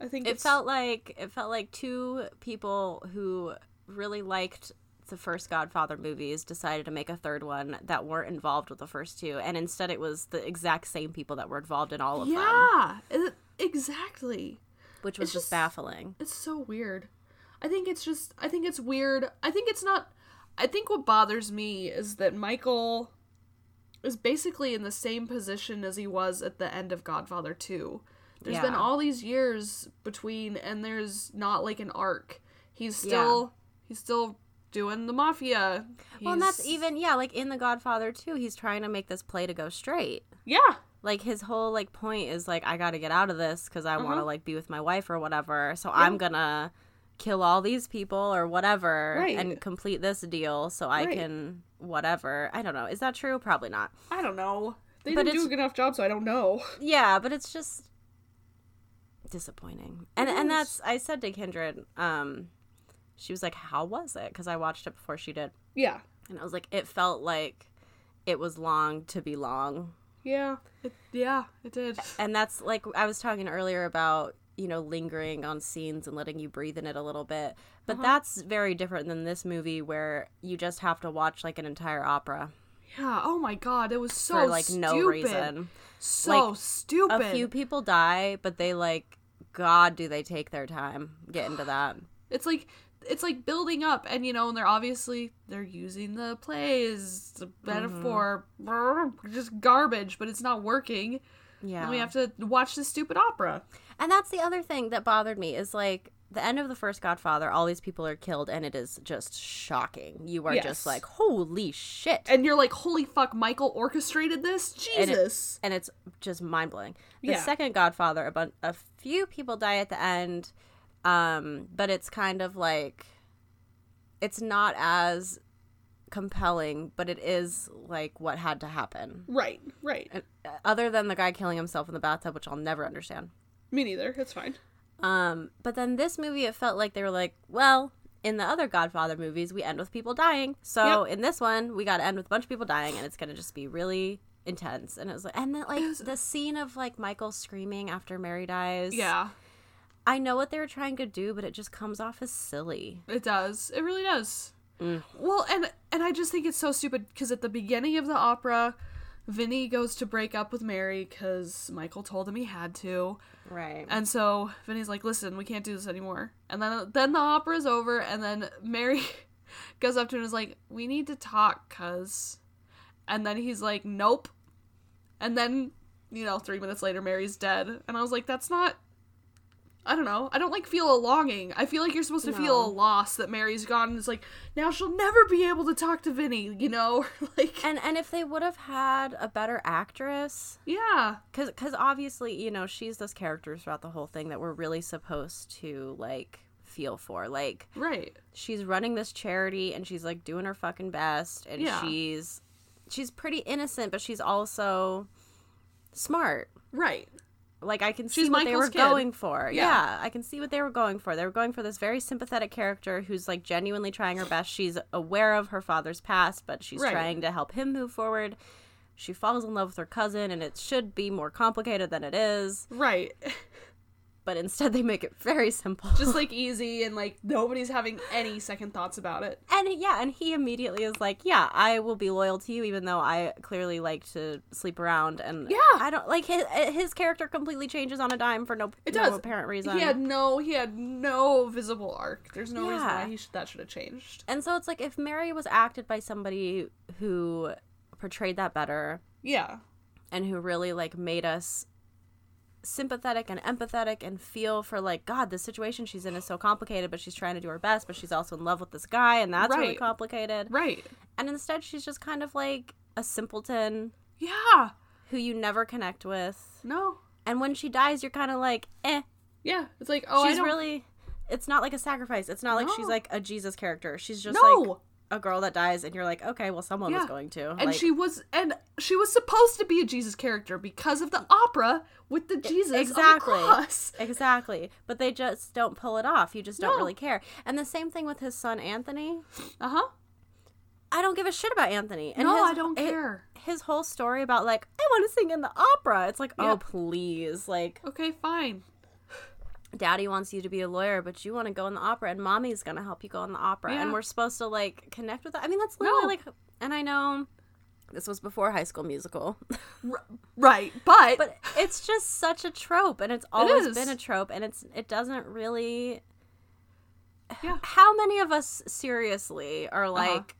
Speaker 2: I think
Speaker 1: It
Speaker 2: it's-
Speaker 1: felt like it felt like two people who really liked the first Godfather movies decided to make a third one that weren't involved with the first two, and instead it was the exact same people that were involved in all of them,
Speaker 2: Yeah. it- exactly.
Speaker 1: which was
Speaker 2: It's
Speaker 1: just,
Speaker 2: just-
Speaker 1: baffling.
Speaker 2: It's so weird. I think it's just I think it's weird. I think it's not I think what bothers me is that Michael is basically in the same position as he was at the end of Godfather 2. There's been
Speaker 1: Yeah.
Speaker 2: all these years between and there's not like an arc. He's still he's still doing the mafia.
Speaker 1: Well, and that's
Speaker 2: He's-
Speaker 1: even yeah, like in the Godfather two, he's trying to make this play to go straight.
Speaker 2: Yeah.
Speaker 1: Like his whole like point is like I got to get out of this because I want to
Speaker 2: Uh-huh.
Speaker 1: like be with my wife or whatever, so I'm gonna kill all these people or whatever
Speaker 2: Right.
Speaker 1: and complete this deal so I
Speaker 2: Right.
Speaker 1: can whatever. I don't know. Is that true? Probably not.
Speaker 2: I don't know. They
Speaker 1: But
Speaker 2: didn't do
Speaker 1: it's-
Speaker 2: a good enough job so I don't know.
Speaker 1: Yeah, but it's just disappointing. And
Speaker 2: It
Speaker 1: and
Speaker 2: is.
Speaker 1: that's I said to Kindred, um, she was like, "How was it?" Because I watched it before she did,
Speaker 2: Yeah.
Speaker 1: and I was like, it felt like it was long to be long.
Speaker 2: Yeah. It, yeah, it did.
Speaker 1: And that's like I was talking earlier about, you know, lingering on scenes and letting you breathe in it a little bit. But
Speaker 2: Uh-huh.
Speaker 1: that's very different than this movie where you just have to watch like an entire opera
Speaker 2: Yeah. Oh my god, it was so
Speaker 1: for like no
Speaker 2: stupid.
Speaker 1: reason.
Speaker 2: So
Speaker 1: Like,
Speaker 2: stupid.
Speaker 1: A few people die, but they like god do they take their time get into that.
Speaker 2: it's like it's like building up, and you know, and they're obviously they're using the plays the metaphor, brr, just garbage, but it's not working.
Speaker 1: Yeah.
Speaker 2: And we have to watch this stupid opera.
Speaker 1: And that's the other thing that bothered me is like the end of the first Godfather, all these people are killed and it is just shocking. You are just
Speaker 2: Yes.
Speaker 1: like, holy shit.
Speaker 2: And you're like, holy fuck, Michael orchestrated this?
Speaker 1: And it-
Speaker 2: Jesus.
Speaker 1: and it's just mind blowing. The
Speaker 2: Yeah.
Speaker 1: second Godfather, a, bun- a few people die at the end, um, but it's kind of like it's not as compelling, but it is like what had to happen.
Speaker 2: right, right.
Speaker 1: And, uh, Other than the guy killing himself in the bathtub, which I'll never understand.
Speaker 2: Me neither. It's fine.
Speaker 1: Um, but then this movie, it felt like they were like, well, in the other Godfather movies, we end with people dying. So in this one, we got to end with a bunch of people dying, and it's gonna just be really intense. And it was like, and then like the scene of like Michael screaming after Mary dies.
Speaker 2: Yeah,
Speaker 1: I know what they were trying to do, but it just comes off as silly.
Speaker 2: it does. It really does. Mm. Well, and and I just think it's so stupid because at the beginning of the opera, Vinny goes to break up with Mary because Michael told him he had to.
Speaker 1: Right.
Speaker 2: And so Vinny's like, "Listen, we can't do this anymore." And then then the opera's over, and then Mary goes up to him and is like, "We need to talk, cuz." And then he's like, "Nope." And then you know, three minutes later, Mary's dead, and I was like, "That's not." I don't know. I don't like feel a longing. I feel like you're supposed to feel
Speaker 1: No.
Speaker 2: a loss that Mary's gone, and it's like now she'll never be able to talk to Vinny. You know, like
Speaker 1: And and if they would have had a better actress,
Speaker 2: yeah,
Speaker 1: because because obviously you know she's this character throughout the whole thing that we're really supposed to like feel for, like
Speaker 2: right,
Speaker 1: she's running this charity and she's like doing her fucking best and
Speaker 2: Yeah.
Speaker 1: she's she's pretty innocent but she's also smart
Speaker 2: right,
Speaker 1: like i can see
Speaker 2: She's
Speaker 1: what they
Speaker 2: Michael's
Speaker 1: were
Speaker 2: kid.
Speaker 1: going for
Speaker 2: Yeah.
Speaker 1: yeah. i can see what they were going for they were going for this very sympathetic character who's like genuinely trying her best she's aware of her father's past but she's
Speaker 2: Right.
Speaker 1: trying to help him move forward she falls in love with her cousin and it should be more complicated than it is
Speaker 2: right.
Speaker 1: but instead they make it very simple
Speaker 2: just like easy and like nobody's having any second thoughts about it.
Speaker 1: And yeah, and he immediately is like, "Yeah, I will be loyal to you, even though I clearly like to sleep around." And
Speaker 2: Yeah.
Speaker 1: I don't like his his character completely changes on a dime for no,
Speaker 2: It
Speaker 1: no
Speaker 2: does.
Speaker 1: apparent reason.
Speaker 2: He had no he had no visible arc. There's no reason
Speaker 1: Yeah.
Speaker 2: why he should that should have changed.
Speaker 1: And so it's like if Mary was acted by somebody who portrayed that better
Speaker 2: Yeah.
Speaker 1: and who really like made us sympathetic and empathetic and feel for like god the situation she's in is so complicated but she's trying to do her best but she's also in love with this guy and that's really
Speaker 2: Right.
Speaker 1: complicated
Speaker 2: Right.
Speaker 1: and instead she's just kind of like a simpleton
Speaker 2: Yeah.
Speaker 1: who you never connect with.
Speaker 2: No.
Speaker 1: And when she dies, you're kind of like, eh.
Speaker 2: Yeah. It's like oh I
Speaker 1: she's
Speaker 2: don't
Speaker 1: really. it's not like a sacrifice. It's not like she's
Speaker 2: No.
Speaker 1: like a Jesus character. She's just
Speaker 2: no,
Speaker 1: like a girl that dies and you're like, okay, well someone was
Speaker 2: Yeah.
Speaker 1: going to.
Speaker 2: and
Speaker 1: like,
Speaker 2: she was and she was supposed to be a Jesus character because of the opera with the Jesus
Speaker 1: E, exactly.
Speaker 2: on the cross.
Speaker 1: Exactly. But they just don't pull it off. You just don't
Speaker 2: No.
Speaker 1: really care. And the same thing with his son Anthony.
Speaker 2: Uh huh.
Speaker 1: I don't give a shit about Anthony. And
Speaker 2: No,
Speaker 1: his-
Speaker 2: I don't
Speaker 1: hi-
Speaker 2: care.
Speaker 1: His whole story about like, I want to sing in the opera. It's like,
Speaker 2: Yeah.
Speaker 1: oh please. Like
Speaker 2: Okay, fine.
Speaker 1: daddy wants you to be a lawyer, but you want to go in the opera, and mommy's going to help you go in the opera. And
Speaker 2: Yeah.
Speaker 1: we're supposed to like connect with that. I mean, that's literally
Speaker 2: No.
Speaker 1: like, and I know this was before High School Musical,
Speaker 2: R- right, but,
Speaker 1: but it's just such a trope, and it's always
Speaker 2: is.
Speaker 1: been a trope, and it's it doesn't really.
Speaker 2: Yeah. Uh-huh.
Speaker 1: How many of us seriously are like?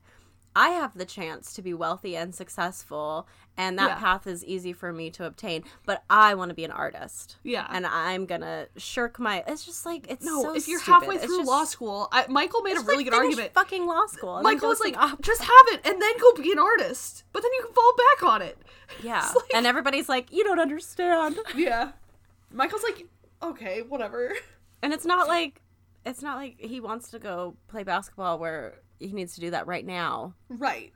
Speaker 1: I have the chance to be wealthy and successful, and that
Speaker 2: Yeah.
Speaker 1: path is easy for me to obtain. But I want to be an artist
Speaker 2: yeah.
Speaker 1: and I'm gonna shirk my. It's just like it's
Speaker 2: no,
Speaker 1: so
Speaker 2: if you're
Speaker 1: stupid.
Speaker 2: halfway
Speaker 1: It's
Speaker 2: through
Speaker 1: just-
Speaker 2: law school, I, Michael made a
Speaker 1: just,
Speaker 2: really
Speaker 1: like,
Speaker 2: good
Speaker 1: finish
Speaker 2: argument.
Speaker 1: Fucking law school. and then
Speaker 2: Michael
Speaker 1: go
Speaker 2: was
Speaker 1: sing
Speaker 2: like,
Speaker 1: opera.
Speaker 2: just have it and then go be an artist, but then you can fall back on it.
Speaker 1: yeah,
Speaker 2: it's like-
Speaker 1: and everybody's like, you don't understand.
Speaker 2: Yeah. Michael's like, okay, whatever.
Speaker 1: And it's not like, it's not like he wants to go play basketball where he needs to do that right now.
Speaker 2: Right.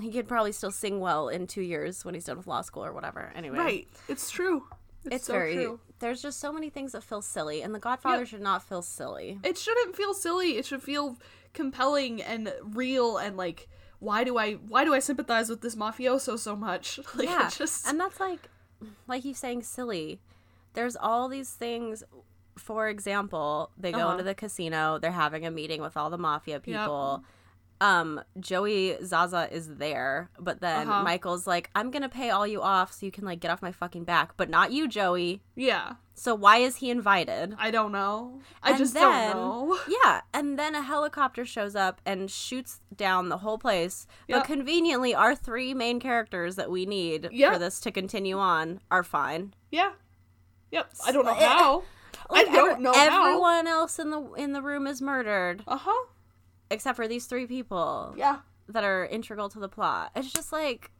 Speaker 1: He could probably still sing well in two years when he's done with law school or whatever. Anyway,
Speaker 2: Right. It's true. It's,
Speaker 1: It's
Speaker 2: so
Speaker 1: very.
Speaker 2: true.
Speaker 1: There's just so many things that feel silly, and The Godfather
Speaker 2: Yep.
Speaker 1: should not feel silly.
Speaker 2: It shouldn't feel silly. It should feel compelling and real and like why do I why do I sympathize with this mafioso so much? Like it
Speaker 1: yeah
Speaker 2: just
Speaker 1: and that's like like you saying silly there's all these things for example they go
Speaker 2: Uh-huh.
Speaker 1: into the casino they're having a meeting with all the mafia people um joey zaza is there but then
Speaker 2: Uh-huh.
Speaker 1: michael's like i'm gonna pay all you off so you can like get off my fucking back but not you joey
Speaker 2: yeah.
Speaker 1: so why is he invited
Speaker 2: I don't know. I
Speaker 1: And
Speaker 2: just
Speaker 1: then-
Speaker 2: don't know.
Speaker 1: yeah and then a helicopter shows up and shoots down the whole place but
Speaker 2: Yep.
Speaker 1: conveniently our three main characters that we need for
Speaker 2: Yep.
Speaker 1: this to continue on are fine
Speaker 2: Yeah. Yep. I don't know
Speaker 1: Sli-
Speaker 2: how.
Speaker 1: Like,
Speaker 2: I don't
Speaker 1: every-
Speaker 2: know how.
Speaker 1: Everyone else in the in the room is murdered
Speaker 2: Uh huh.
Speaker 1: except for these three people
Speaker 2: Yeah.
Speaker 1: that are integral to the plot. It's just like,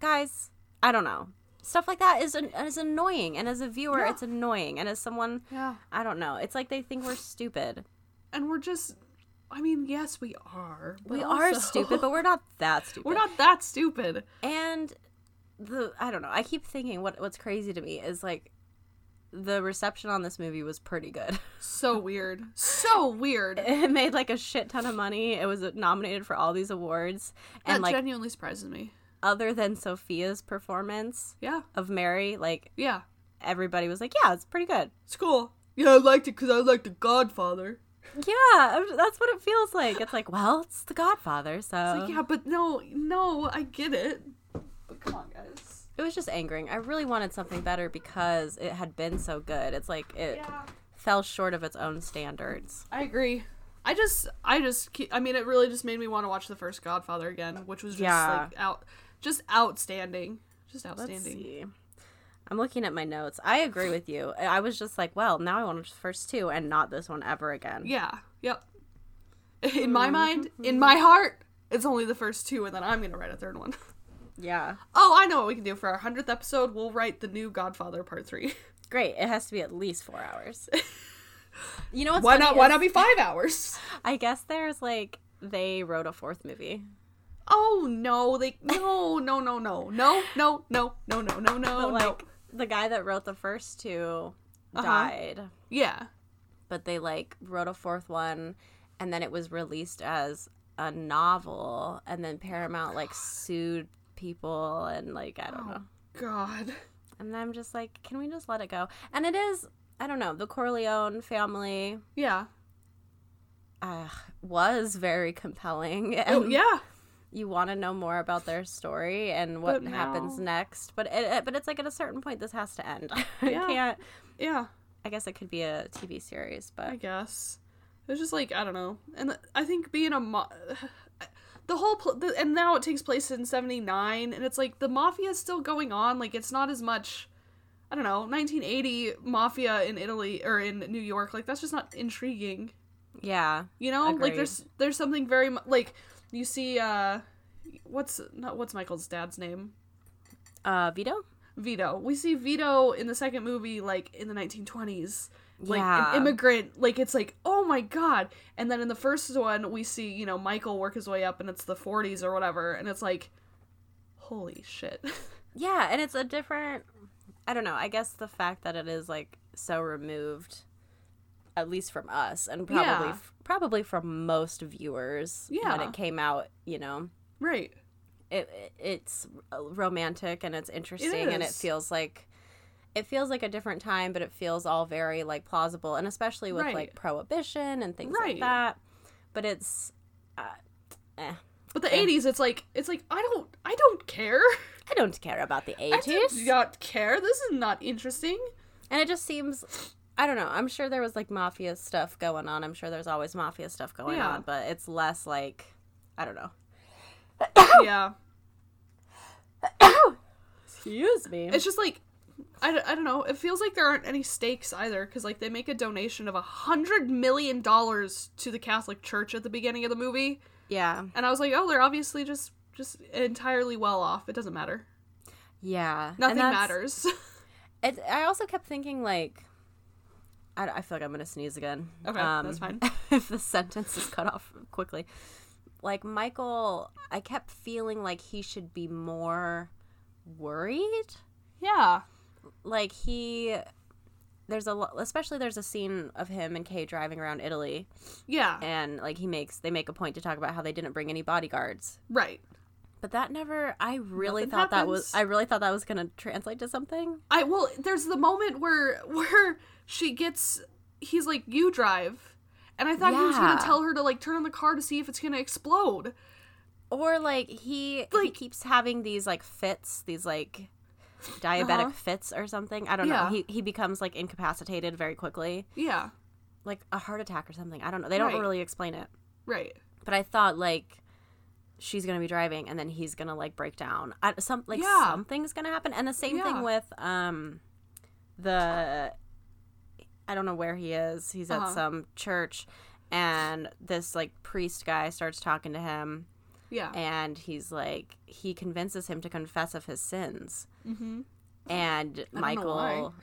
Speaker 1: guys, I don't know. Stuff like that is an- is annoying, and as a viewer,
Speaker 2: Yeah.
Speaker 1: it's annoying, and as someone,
Speaker 2: Yeah.
Speaker 1: I don't know. It's like they think we're stupid.
Speaker 2: And we're just I mean, yes, we are. but
Speaker 1: we are
Speaker 2: also-
Speaker 1: stupid, but we're not that stupid.
Speaker 2: we're not that stupid.
Speaker 1: And the I don't know. I keep thinking what what's crazy to me is like the reception on this movie was pretty good.
Speaker 2: So weird. So weird.
Speaker 1: it made like a shit ton of money. It was nominated for all these awards, and
Speaker 2: that
Speaker 1: like
Speaker 2: genuinely surprises me.
Speaker 1: other than Sophia's performance
Speaker 2: Yeah.
Speaker 1: of Mary, like
Speaker 2: Yeah.
Speaker 1: everybody was like, "Yeah, it's pretty good."
Speaker 2: It's cool. Yeah, I liked it because I liked The Godfather.
Speaker 1: Yeah, I'm- that's what it feels like. It's like, well, it's The Godfather, so
Speaker 2: It's like, yeah, but no, no, I get it. But come on, guys.
Speaker 1: it was just angering. I really wanted something better because it had been so good. It's like it
Speaker 2: Yeah.
Speaker 1: fell short of its own standards.
Speaker 2: I agree. I just, I just, ke- I mean, it really just made me want to watch the first Godfather again, which was just
Speaker 1: Yeah.
Speaker 2: like out, just outstanding, just
Speaker 1: Let's
Speaker 2: outstanding.
Speaker 1: see. I'm looking at my notes. I agree with you. I I was just like, well, now I want to watch the first two and not this one ever again.
Speaker 2: Yeah. Yep. In
Speaker 1: Um,
Speaker 2: my mind,
Speaker 1: hmm.
Speaker 2: in my heart, it's only the first two, and then I'm gonna write a third one.
Speaker 1: yeah.
Speaker 2: Oh, I know what we can do for our hundredth episode. We'll write the new Godfather Part Three.
Speaker 1: Great. It has to be at least four hours. you know what's
Speaker 2: why
Speaker 1: funny
Speaker 2: not? Why
Speaker 1: is-
Speaker 2: not be five hours?
Speaker 1: I guess there's like they wrote a fourth movie.
Speaker 2: Oh no, they no no no no no no no no no no Oh, no
Speaker 1: But like
Speaker 2: no.
Speaker 1: the guy that wrote the first two
Speaker 2: Uh-huh.
Speaker 1: died,
Speaker 2: Yeah.
Speaker 1: but they like wrote a fourth one, and then it was released as a novel, and then Paramount like sued people and like I don't know.
Speaker 2: Oh. God.
Speaker 1: And I'm just like, can we just let it go? And it is I don't know the Corleone family.
Speaker 2: Yeah.
Speaker 1: Uh, was very compelling.
Speaker 2: Oh
Speaker 1: and-
Speaker 2: yeah.
Speaker 1: you want to know more about their story and what
Speaker 2: But now-
Speaker 1: happens next. But it, it- but it's like at a certain point this has to end. I
Speaker 2: Yeah.
Speaker 1: can't.
Speaker 2: Yeah.
Speaker 1: I guess it could be a TV series,
Speaker 2: I
Speaker 1: but
Speaker 2: guess it was just like I don't know, and th- I think being a mo- the whole pl- the, and now it takes place in '79, and it's like the mafia is still going on. Like it's not as much. I don't know, 1980 mafia in Italy or in New York. Like that's just not intriguing.
Speaker 1: yeah,
Speaker 2: You know,
Speaker 1: Agreed.
Speaker 2: like there's there's something very mu- like you see uh what's not what's Michael's dad's name?
Speaker 1: uh, Vito.
Speaker 2: Vito. We see Vito in the second movie like in the 1920s like
Speaker 1: Yeah.
Speaker 2: an immigrant like it's like oh my god and then in the first one we see you know michael work his way up and it's the 40s or whatever and it's like holy shit
Speaker 1: Yeah, and it's a different. I don't know. I guess the fact that it is like so removed, at least from us, and probably
Speaker 2: Yeah.
Speaker 1: f- probably from most viewers when
Speaker 2: Yeah.
Speaker 1: it came out. You know,
Speaker 2: right
Speaker 1: it, it it's romantic and it's interesting and it
Speaker 2: is.
Speaker 1: feels like it feels like a different time, but it feels all very like plausible, and especially with
Speaker 2: Right.
Speaker 1: like prohibition and things like
Speaker 2: Right.
Speaker 1: that. But it's, uh, eh.
Speaker 2: but the 80s it's like it's like i don't i don't care
Speaker 1: I don't care about the
Speaker 2: i
Speaker 1: eighties.
Speaker 2: do not care this is not interesting
Speaker 1: And it just seems I don't know. I'm sure there was like mafia stuff going on. I'm sure there's always mafia stuff going
Speaker 2: Yeah.
Speaker 1: on, but it's less like I don't know.
Speaker 2: yeah
Speaker 1: Excuse me.
Speaker 2: it's just like I, d- I don't know it feels like there aren't any stakes either because like they make a donation of a hundred million dollars to the catholic church at the beginning of the movie
Speaker 1: yeah.
Speaker 2: and i was like oh they're obviously just just entirely well off it doesn't matter
Speaker 1: Yeah. And
Speaker 2: nothing
Speaker 1: that's-
Speaker 2: matters
Speaker 1: It, I also kept thinking like I, I feel like I'm going to sneeze again. Um,
Speaker 2: Okay, that's fine.
Speaker 1: if the sentence is cut off quickly. Like Michael, I kept feeling like he should be more worried.
Speaker 2: yeah
Speaker 1: like he there's a lo- especially there's a scene of him and Kay driving around Italy
Speaker 2: yeah
Speaker 1: and like he makes they make a point to talk about how they didn't bring any bodyguards.
Speaker 2: right
Speaker 1: But that never I really
Speaker 2: Nothing
Speaker 1: thought that was
Speaker 2: happens.
Speaker 1: I really thought that was going to translate to something.
Speaker 2: i well there's the moment where where she gets he's like you drive and i thought he was gonna
Speaker 1: Yeah.
Speaker 2: tell her to like turn on the car to see if it's gonna explode
Speaker 1: Or like he he
Speaker 2: Like-
Speaker 1: keeps having these like fits, these like diabetic
Speaker 2: Uh-huh.
Speaker 1: fits or something. I don't
Speaker 2: Yeah.
Speaker 1: know. He he becomes like incapacitated very quickly,
Speaker 2: yeah
Speaker 1: like a heart attack or something. I don't know. They don't
Speaker 2: Right.
Speaker 1: really explain it.
Speaker 2: right
Speaker 1: but I thought like she's gonna be driving and then he's gonna like break down. I, some like
Speaker 2: Yeah.
Speaker 1: something's gonna happen. And the same
Speaker 2: Yeah.
Speaker 1: thing with um the I don't know where he is. He's at
Speaker 2: Uh-huh.
Speaker 1: some church and this like priest guy starts talking to him
Speaker 2: yeah
Speaker 1: and he's like he convinces him to confess of his sins.
Speaker 2: mm-hmm
Speaker 1: And
Speaker 2: know
Speaker 1: Michael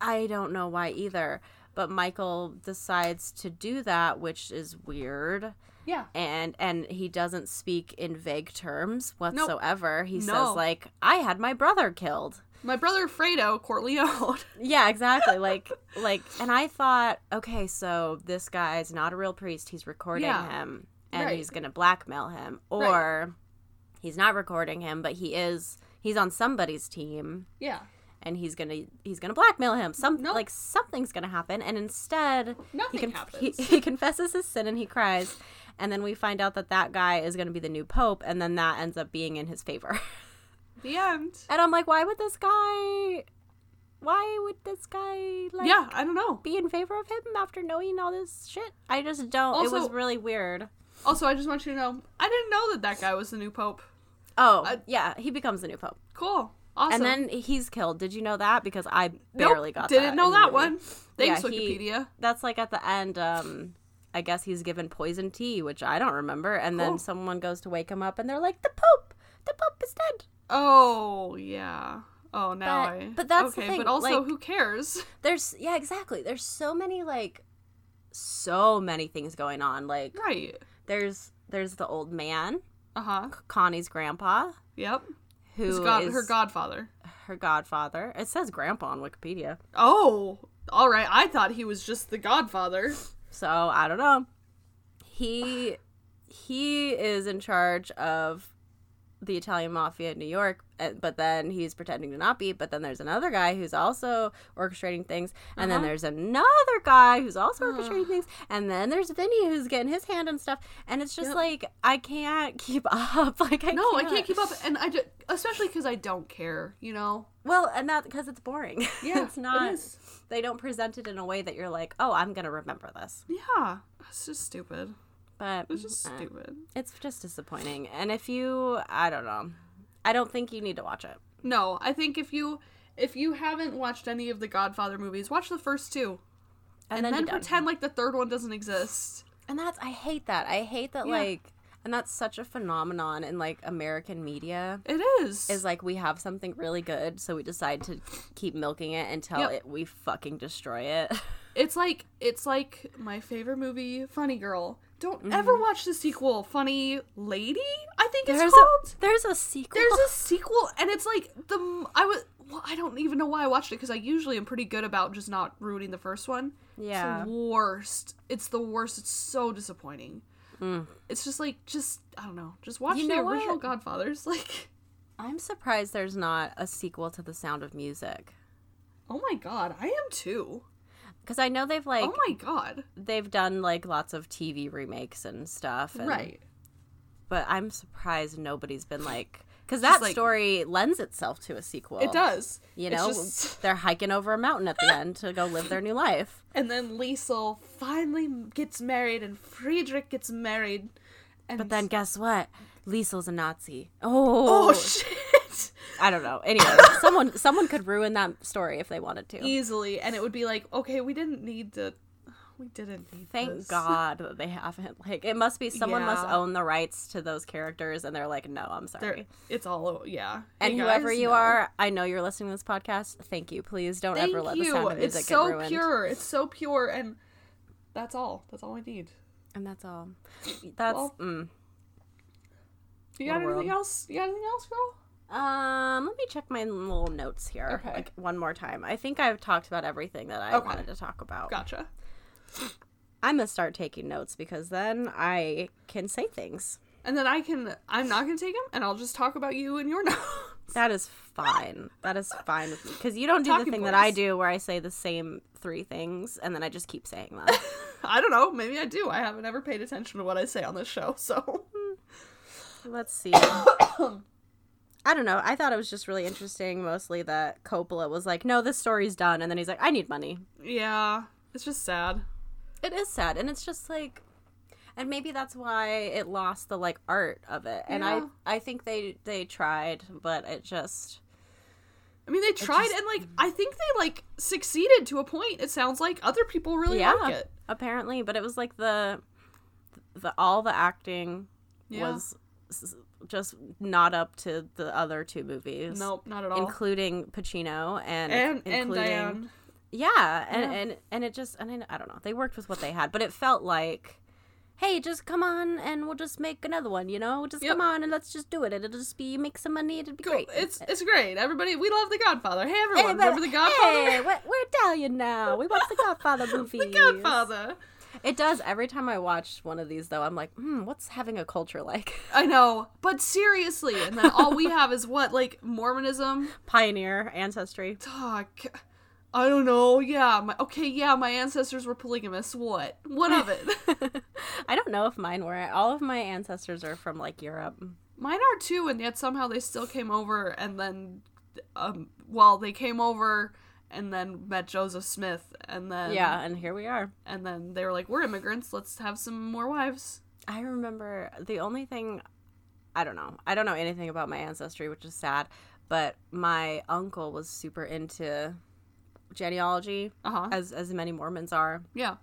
Speaker 1: I don't know why either. But Michael decides to do that, which is weird
Speaker 2: yeah
Speaker 1: and and he doesn't speak in vague terms whatsoever. He
Speaker 2: No.
Speaker 1: says like, "I had my brother killed."
Speaker 2: My brother Fredo Corleone.
Speaker 1: Yeah, exactly. like like and I thought, "Okay, so this guy's not a real priest. He's recording
Speaker 2: Yeah.
Speaker 1: him and
Speaker 2: Right.
Speaker 1: he's going to blackmail him
Speaker 2: Right.
Speaker 1: or he's not recording him, but he is he's on somebody's team
Speaker 2: yeah.
Speaker 1: and he's going to he's going to blackmail him. Some
Speaker 2: Nope.
Speaker 1: like something's going to happen and instead he,
Speaker 2: Nothing
Speaker 1: conf-
Speaker 2: happens.
Speaker 1: He, he confesses his sin and he cries. And then we find out that that guy is going to be the new pope, and then that ends up being in his favor.
Speaker 2: the end.
Speaker 1: And I'm like, why would this guy? Why would this guy like
Speaker 2: yeah, I don't know.
Speaker 1: be in favor of him after knowing all this shit? I just don't. it was
Speaker 2: Also-
Speaker 1: really weird.
Speaker 2: Also, I just want you to know, I didn't know that that guy was the new pope. uh,
Speaker 1: Oh yeah, he becomes the new pope,
Speaker 2: Cool.
Speaker 1: and
Speaker 2: Awesome.
Speaker 1: then he's killed. Did you know that? Because I barely got
Speaker 2: Didn't
Speaker 1: that
Speaker 2: know
Speaker 1: in the
Speaker 2: that
Speaker 1: movie.
Speaker 2: one. Thanks,
Speaker 1: Yeah, he-
Speaker 2: Wikipedia.
Speaker 1: that's like at the end um i guess he's given poison tea which i don't remember and
Speaker 2: Cool.
Speaker 1: then someone goes to wake him up and they're like the pope the pope is dead
Speaker 2: Oh yeah. Oh, now
Speaker 1: But-
Speaker 2: I.
Speaker 1: but that's the
Speaker 2: okay.
Speaker 1: thing,
Speaker 2: But also,
Speaker 1: like-
Speaker 2: who cares?
Speaker 1: there's yeah exactly there's so many like so many things going on like
Speaker 2: Right.
Speaker 1: there's there's the old man
Speaker 2: Uh huh.
Speaker 1: connie's grandpa
Speaker 2: Yep.
Speaker 1: who
Speaker 2: His
Speaker 1: is
Speaker 2: god, her godfather.
Speaker 1: her godfather it says grandpa on wikipedia
Speaker 2: Oh, all right. I thought he was just the godfather.
Speaker 1: so i don't know he he is in charge of the Italian mafia in New York, uh, but then he's pretending to not be. But then there's another guy who's also orchestrating things, and then
Speaker 2: Uh-huh.
Speaker 1: there's another guy who's also
Speaker 2: Ugh.
Speaker 1: orchestrating things, and then there's Vinny who's getting his hand and stuff. And it's just
Speaker 2: Yep.
Speaker 1: like I can't keep up. Like I
Speaker 2: No, I
Speaker 1: can't.
Speaker 2: can't keep up, and I just, especially because I don't care. You know.
Speaker 1: Well, and that because it's boring.
Speaker 2: Yeah.
Speaker 1: it's not.
Speaker 2: It is.
Speaker 1: They don't present it in a way that you're like, oh, I'm gonna remember this.
Speaker 2: Yeah. It's just stupid.
Speaker 1: But
Speaker 2: It's just
Speaker 1: uh,
Speaker 2: stupid.
Speaker 1: it's just disappointing. And if you, I don't know, I don't think you need to watch it.
Speaker 2: No, I think if you if you haven't watched any of the Godfather movies, watch the first two,
Speaker 1: And,
Speaker 2: and,
Speaker 1: then,
Speaker 2: then,
Speaker 1: be done.
Speaker 2: pretend like the third one doesn't exist.
Speaker 1: And that's I hate that. I hate that
Speaker 2: Yeah.
Speaker 1: like and that's such a phenomenon in like American media
Speaker 2: It is.
Speaker 1: is like we have something really good so we decide to keep milking it until
Speaker 2: Yep.
Speaker 1: it we fucking destroy it.
Speaker 2: It's like it's like my favorite movie, Funny Girl. Don't
Speaker 1: Mm-hmm.
Speaker 2: ever watch the sequel, Funny Lady. I think it's
Speaker 1: There's
Speaker 2: called.
Speaker 1: a there's a sequel.
Speaker 2: There's a sequel, and it's like the m- I was. Well, I don't even know why I watched it because I usually am pretty good about just not ruining the first one.
Speaker 1: Yeah.
Speaker 2: It's the worst. It's the worst. It's so disappointing. It's just like just I don't know. Just watch
Speaker 1: Mm. You
Speaker 2: the
Speaker 1: know what?
Speaker 2: original Godfathers. Like
Speaker 1: I'm surprised there's not a sequel to The Sound of Music
Speaker 2: oh my god, I am too.
Speaker 1: because I know they've like
Speaker 2: oh my god.
Speaker 1: they've done like lots of TV remakes and stuff. and-
Speaker 2: Right.
Speaker 1: But I'm surprised nobody's been like because that
Speaker 2: like-
Speaker 1: story lends itself to a sequel.
Speaker 2: It does.
Speaker 1: You
Speaker 2: It's
Speaker 1: know,
Speaker 2: just-
Speaker 1: they're hiking over a mountain at the end to go live their new life.
Speaker 2: and then Liesel finally gets married, and Friedrich gets married. And
Speaker 1: But then guess what? Liesel's a Nazi. Oh,
Speaker 2: oh shit.
Speaker 1: I don't know. Anyway, someone someone could ruin that story if they wanted to.
Speaker 2: easily and it would be like okay we didn't need to we didn't need this.
Speaker 1: Thank God that they haven't. Like, it must be someone must
Speaker 2: Yeah.
Speaker 1: own the rights to those characters, and they're like, no, I'm sorry.
Speaker 2: They're- it's all o- yeah
Speaker 1: and
Speaker 2: Hey,
Speaker 1: whoever
Speaker 2: guys,
Speaker 1: you
Speaker 2: no.
Speaker 1: are, I know you're listening to this podcast. Thank you. Please don't
Speaker 2: thank
Speaker 1: ever let the
Speaker 2: you
Speaker 1: sound of music
Speaker 2: it's so
Speaker 1: get ruined.
Speaker 2: pure it's so pure and that's all that's all we need
Speaker 1: And that's all. That's
Speaker 2: Well.
Speaker 1: mm.
Speaker 2: you
Speaker 1: What
Speaker 2: got
Speaker 1: a
Speaker 2: anything
Speaker 1: world.
Speaker 2: else you got anything else girl
Speaker 1: um. Let me check my little notes here,
Speaker 2: Okay.
Speaker 1: like one more time. I think I've talked about everything that I
Speaker 2: Okay.
Speaker 1: wanted to talk about.
Speaker 2: gotcha
Speaker 1: I'm gonna start taking notes because then I can say things.
Speaker 2: and then i can i'm not gonna take them and i'll just talk about you and your notes
Speaker 1: That is fine. that is fine with me because you don't do the
Speaker 2: Talking
Speaker 1: thing that I
Speaker 2: points.
Speaker 1: do, where I say the same three things and then I just keep saying them.
Speaker 2: i don't know maybe i do i haven't ever paid attention to what i say on this show so
Speaker 1: Let's see. I don't know. I thought it was just really interesting, mostly that Coppola was like, "No, this story's done," and then he's like, "I need money."
Speaker 2: yeah it's just sad
Speaker 1: It is sad, and it's just like, and maybe that's why it lost the like art of it. And
Speaker 2: Yeah.
Speaker 1: I, I think they they tried, but it just
Speaker 2: I mean, they tried
Speaker 1: just-
Speaker 2: and like I think they like succeeded to a point. It sounds like other people really
Speaker 1: yeah,
Speaker 2: like it.
Speaker 1: apparently. But it was like the, the all the acting
Speaker 2: Yeah.
Speaker 1: was s- s- just not up to the other two movies.
Speaker 2: nope, not at all.
Speaker 1: Including Pacino and
Speaker 2: and
Speaker 1: including
Speaker 2: and Diane,
Speaker 1: Yeah, and
Speaker 2: Yeah.
Speaker 1: and and it just and I, I don't know. They worked with what they had, but it felt like, hey, just come on and we'll just make another one. You know, just
Speaker 2: Yep.
Speaker 1: come on and let's just do it. It'll just be make some money. It'll be
Speaker 2: Go-
Speaker 1: great.
Speaker 2: it's it's great. Everybody, we love The Godfather. Hey
Speaker 1: Hey,
Speaker 2: everyone,
Speaker 1: but-
Speaker 2: remember The Godfather?
Speaker 1: Hey, we're, we're Italian now. We watch the Godfather movies.
Speaker 2: the Godfather.
Speaker 1: It does every time I watch one of these, though. I'm like, hmm, what's having a culture like?
Speaker 2: I know, but seriously, and then all we have is what like Mormonism.
Speaker 1: Pioneer ancestry.
Speaker 2: Talk. I don't know. Yeah. My, okay. Yeah. My ancestors were polygamists. What? What of it?
Speaker 1: I don't know if mine were. All of my ancestors are from like Europe.
Speaker 2: Mine are too, and yet somehow they still came over, and then, um, well, they came over and then met Joseph Smith, and then
Speaker 1: Yeah, and here we are.
Speaker 2: and then they were like, "We're immigrants. Let's have some more wives."
Speaker 1: I remember the only thing I don't know. I don't know anything about my ancestry, which is sad, but my uncle was super into genealogy
Speaker 2: Uh huh.
Speaker 1: as as many Mormons are.
Speaker 2: Yeah.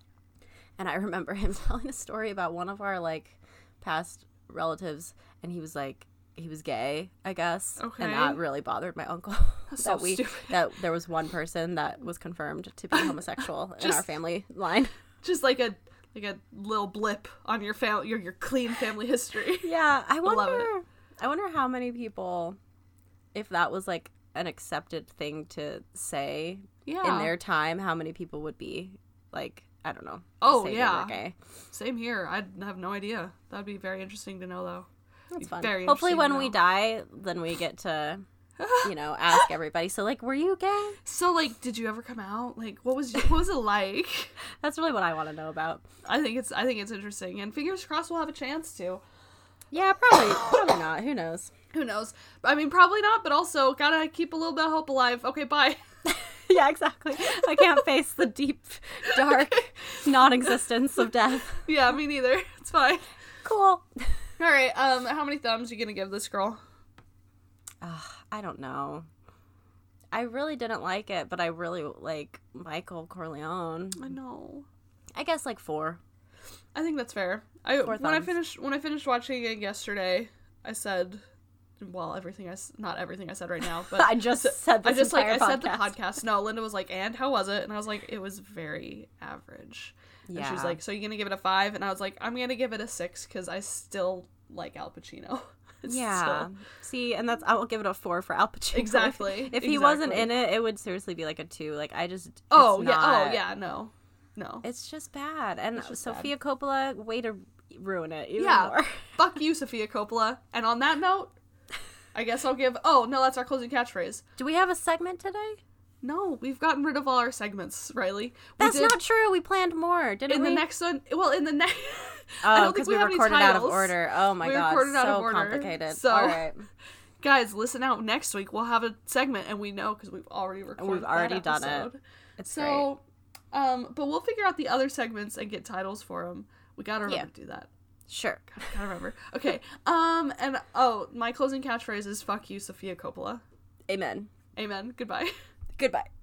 Speaker 1: And I remember him telling a story about one of our like past relatives and he was like he was gay, I guess.
Speaker 2: Okay.
Speaker 1: And that really bothered my uncle.
Speaker 2: That's
Speaker 1: that
Speaker 2: so
Speaker 1: we
Speaker 2: stupid.
Speaker 1: that there was one person that was confirmed to be homosexual in our
Speaker 2: Just-
Speaker 1: family line.
Speaker 2: Just like a like a little blip on your fam your your clean family history.
Speaker 1: Yeah, I wonder.
Speaker 2: love it.
Speaker 1: I wonder how many people, if that was like an accepted thing to say
Speaker 2: yeah.
Speaker 1: in their time, how many people would be like, I don't know.
Speaker 2: Oh,
Speaker 1: say they were
Speaker 2: yeah.
Speaker 1: gay.
Speaker 2: Same here. I have no idea. That'd be very interesting to know, though.
Speaker 1: that's fun.
Speaker 2: very
Speaker 1: Hopefully,
Speaker 2: interesting
Speaker 1: when
Speaker 2: to
Speaker 1: we die,
Speaker 2: know.
Speaker 1: then we get to, you know, ask everybody. So, like, were you gay?
Speaker 2: So, like, did you ever come out? Like, what was what was it like?
Speaker 1: That's really what I want to know about.
Speaker 2: I think it's I think it's interesting, and fingers crossed we'll have a chance to.
Speaker 1: Yeah, probably, probably not. Who knows?
Speaker 2: Who knows? I mean, probably not, but also gotta keep a little bit of hope alive. Okay, bye.
Speaker 1: yeah, exactly. I can't face the deep, dark, non-existence of death.
Speaker 2: yeah, me neither. It's fine.
Speaker 1: Cool.
Speaker 2: All right. Um, how many thumbs you gonna give this girl?
Speaker 1: I don't know. I really didn't like it, but I really like Michael Corleone.
Speaker 2: I know.
Speaker 1: I guess like four.
Speaker 2: I think that's fair. I
Speaker 1: Four
Speaker 2: when I
Speaker 1: thumbs.
Speaker 2: finished when I finished watching it yesterday, I said well everything I s- not everything I said right now, but
Speaker 1: I just said
Speaker 2: I
Speaker 1: this
Speaker 2: just like I
Speaker 1: entire
Speaker 2: said the
Speaker 1: podcast.
Speaker 2: podcast. No, Linda was like, "And how was it?" And I was like, "It was very average." And she was
Speaker 1: Yeah.
Speaker 2: like, "So you're gonna give it a five? And I was like, "I'm gonna give it a six because I still like Al Pacino." It's
Speaker 1: Yeah.
Speaker 2: still-
Speaker 1: See, and that's I'll give it a four for Al Pacino.
Speaker 2: Exactly,
Speaker 1: If, he wasn't
Speaker 2: exactly.
Speaker 1: in it, it would seriously be like a two. Like I just. it's
Speaker 2: oh yeah.
Speaker 1: not-
Speaker 2: Oh yeah. No. No.
Speaker 1: It's just bad, and
Speaker 2: It's just
Speaker 1: Sophia Coppola, way to ruin it even
Speaker 2: Yeah.
Speaker 1: more.
Speaker 2: Fuck you, Sophia Coppola. And on that note, I guess I'll give. Oh no, that's our closing catchphrase.
Speaker 1: Do we have a segment today?
Speaker 2: No, we've gotten rid of all our segments, Riley. We
Speaker 1: That's
Speaker 2: did-
Speaker 1: not true. We planned more, didn't
Speaker 2: in
Speaker 1: we?
Speaker 2: the next one. Well, in the next.
Speaker 1: oh, because we, recorded out of order. Oh my
Speaker 2: We
Speaker 1: god,
Speaker 2: recorded
Speaker 1: so
Speaker 2: out of order,
Speaker 1: complicated.
Speaker 2: so-
Speaker 1: All right,
Speaker 2: Guys, listen out. Next week we'll have a segment, and we know because we've already recorded. that
Speaker 1: already done it.
Speaker 2: episode.
Speaker 1: it's
Speaker 2: So, um, but we'll figure out the other segments and get titles for them. We gotta remember
Speaker 1: Yeah.
Speaker 2: to do that.
Speaker 1: great. Sure.
Speaker 2: Gotta remember. Okay. Um, and oh, my closing catchphrase is "Fuck you, Sophia Coppola."
Speaker 1: Amen.
Speaker 2: Amen. Goodbye.
Speaker 1: Goodbye.